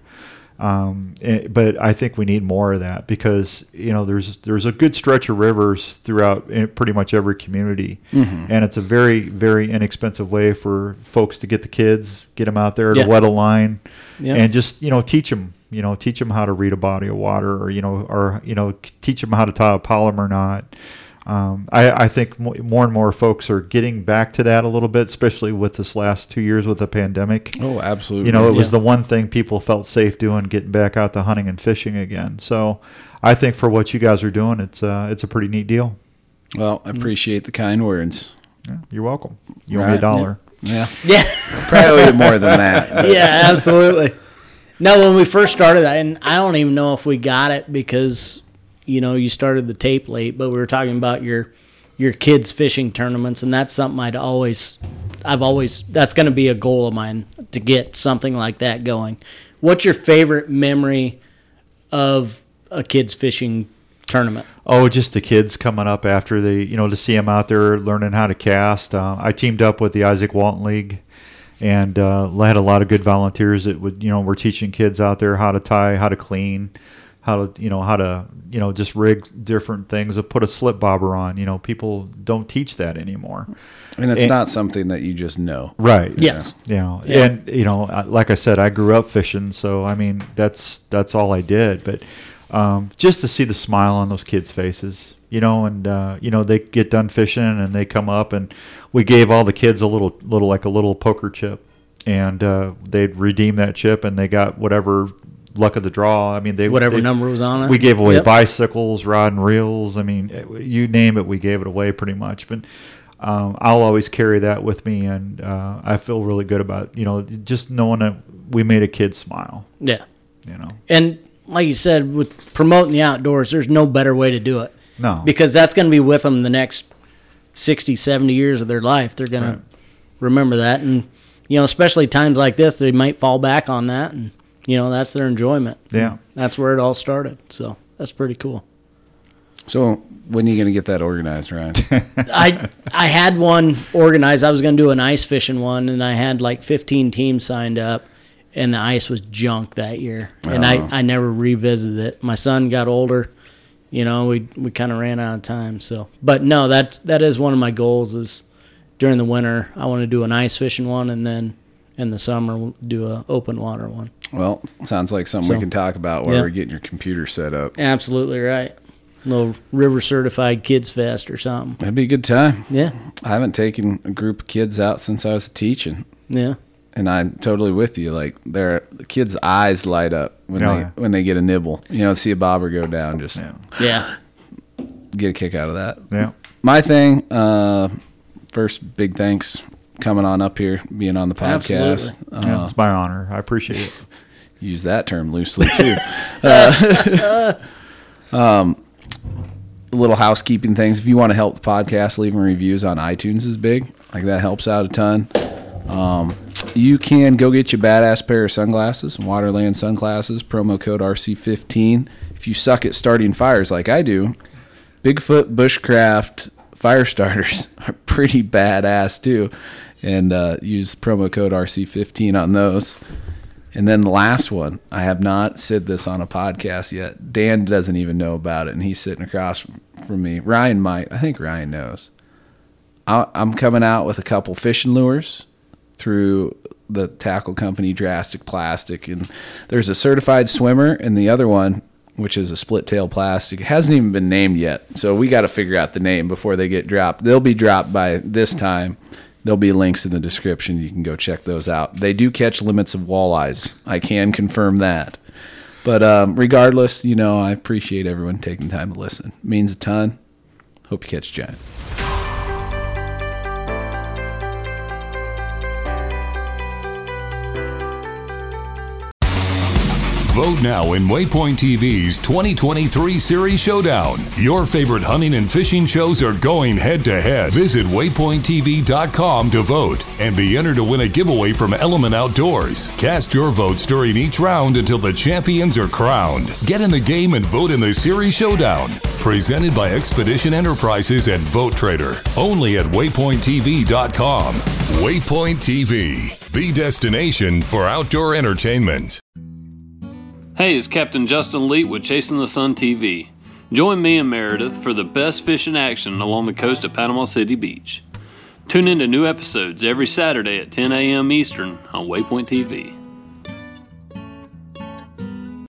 S1: um, eh, but I think we need more of that because you know there's there's a good stretch of rivers throughout eh, pretty much every community,
S3: Mm-hmm.
S1: and it's a very very inexpensive way for folks to get the kids, get them out there to
S3: Yeah.
S1: wet a line,
S3: Yeah.
S1: and just you know teach them you know teach them how to read a body of water or you know or you know c- teach them how to tie a polymer knot. Um, I, I think mo- more and more folks are getting back to that a little bit, especially with this last two years with the pandemic
S2: Oh, absolutely.
S1: you know, it was the
S3: Yeah.
S1: one thing people felt safe doing, getting back out to hunting and fishing again. So, I think for what you guys are doing, it's uh, it's a pretty neat deal.
S2: well, I appreciate the kind words.
S1: Yeah, you're welcome. You owe me
S2: Right.
S1: a dollar.
S2: Yeah,
S3: Yeah.
S2: probably owed it more than that.
S3: yeah, absolutely. No, when we first started, I, and I don't even know if we got it because you know you started the tape late, but we were talking about your your kids fishing tournaments, and that's something I'd always, I've always that's going to be a goal of mine to get something like that going. What's your favorite memory of a kids fishing tournament?
S1: Oh, just the kids coming up after they, you know, to see them out there learning how to cast. Uh, I teamed up with the Isaac Walton League, and uh, had a lot of good volunteers that would, you know, were teaching kids out there how to tie, how to clean, how to, you know, how to, you know, just rig different things. Or put a slip bobber on. You know, people don't teach that anymore.
S2: And it's
S1: And-
S2: not something that you just know.
S1: Right.
S3: Yes.
S1: You know,
S3: Yeah.
S1: and you know, I- like I said, I grew up fishing, so I mean, that's that's all I did. But um, just to see the smile on those kids' faces, you know, and uh, you know, they get done fishing and they come up, and we gave all the kids a little, little like a little poker chip, and uh, they'd redeem that chip, and they got whatever luck of the draw. I mean, they
S3: Whatever
S1: they-
S3: number was on it.
S1: We gave away
S3: Yep.
S1: bicycles, rod and reels. I mean, it- you name it, we gave it away pretty much. But um, I'll always carry that with me, and uh, I feel really good about you know just knowing that we made a kid smile.
S3: Yeah,
S1: You know,
S3: and like you said, with promoting the outdoors, there's no better way to do it.
S1: no,
S3: because that's going to be with them the next 60 70 years of their life they're going
S1: Right.
S3: to remember that and you know especially times like this they might fall back on that and you know that's their enjoyment
S1: yeah.
S3: that's where it all started so that's pretty cool
S2: So when are you going to get that organized, Ryan?
S3: i i had one organized i was going to do an ice fishing one and i had like 15 teams signed up and the ice was junk that year and
S2: Oh.
S3: i i never revisited it my son got older you know we we kind of ran out of time so but no that's that is one of my goals is during the winter i want to do an ice fishing one and then in the summer we'll do a open water one
S2: Well, sounds like something we
S3: So-
S2: can talk about while
S3: Yeah.
S2: we're getting your computer set up.
S3: absolutely right little river certified kids fest or something
S2: That'd be a good time.
S3: yeah
S2: I haven't taken a group of kids out since I was teaching,
S3: yeah
S2: And I'm totally with you. Like their the kids' eyes light up when
S1: Oh,
S2: they
S1: yeah.
S2: when they get a nibble. You know, see a bobber go down, just
S1: Yeah.
S3: Yeah.
S2: get a kick out of that.
S1: Yeah.
S2: My thing, uh, first big thanks coming on up here, being on the podcast.
S3: Absolutely.
S2: Uh,
S1: yeah. It's my honor. I appreciate it.
S2: use that term loosely too. uh, um, little housekeeping things. If you want to help the podcast, leaving reviews on iTunes is big. Like that helps out a ton. Um, you can go get your badass pair of sunglasses, Waterland sunglasses, promo code RC15. If you suck at starting fires like I do, Bigfoot bushcraft fire starters are pretty badass too. And uh, use promo code RC15 on those. And then the last one, I have not said this on a podcast yet. Dan doesn't even know about it, and he's sitting across from me. Ryan might. I think Ryan knows. I, I'm coming out with a couple fishing lures through the tackle company Drastic Plastic, and there's a certified swimmer, and the other one, which is a split tail plastic, it hasn't even been named yet. So we got to figure out the name before they get dropped. They'll be dropped by this time. There'll be links in the description. You can go check those out. They do catch limits of walleyes. I can confirm that. But um, regardless, you know, I appreciate everyone taking time to listen. means a ton. Hope you catch a giant.
S7: Vote now in Waypoint TV's 2023 Series Showdown. Your favorite hunting and fishing shows are going head to head. Visit waypointtv.com to vote and be entered to win a giveaway from Element Outdoors. Cast your votes during each round until the champions are crowned. Get in the game and vote in the Series Showdown. Presented by Expedition Enterprises and Vote Trader. Only at waypointtv.com. Waypoint TV, the destination for outdoor entertainment.
S8: Hey, it's Captain Justin Leet with Chasing the Sun TV. Join me and Meredith for the best fishing action along the coast of Panama City Beach. Tune in to new episodes every Saturday at 10 a.m. Eastern on Waypoint TV.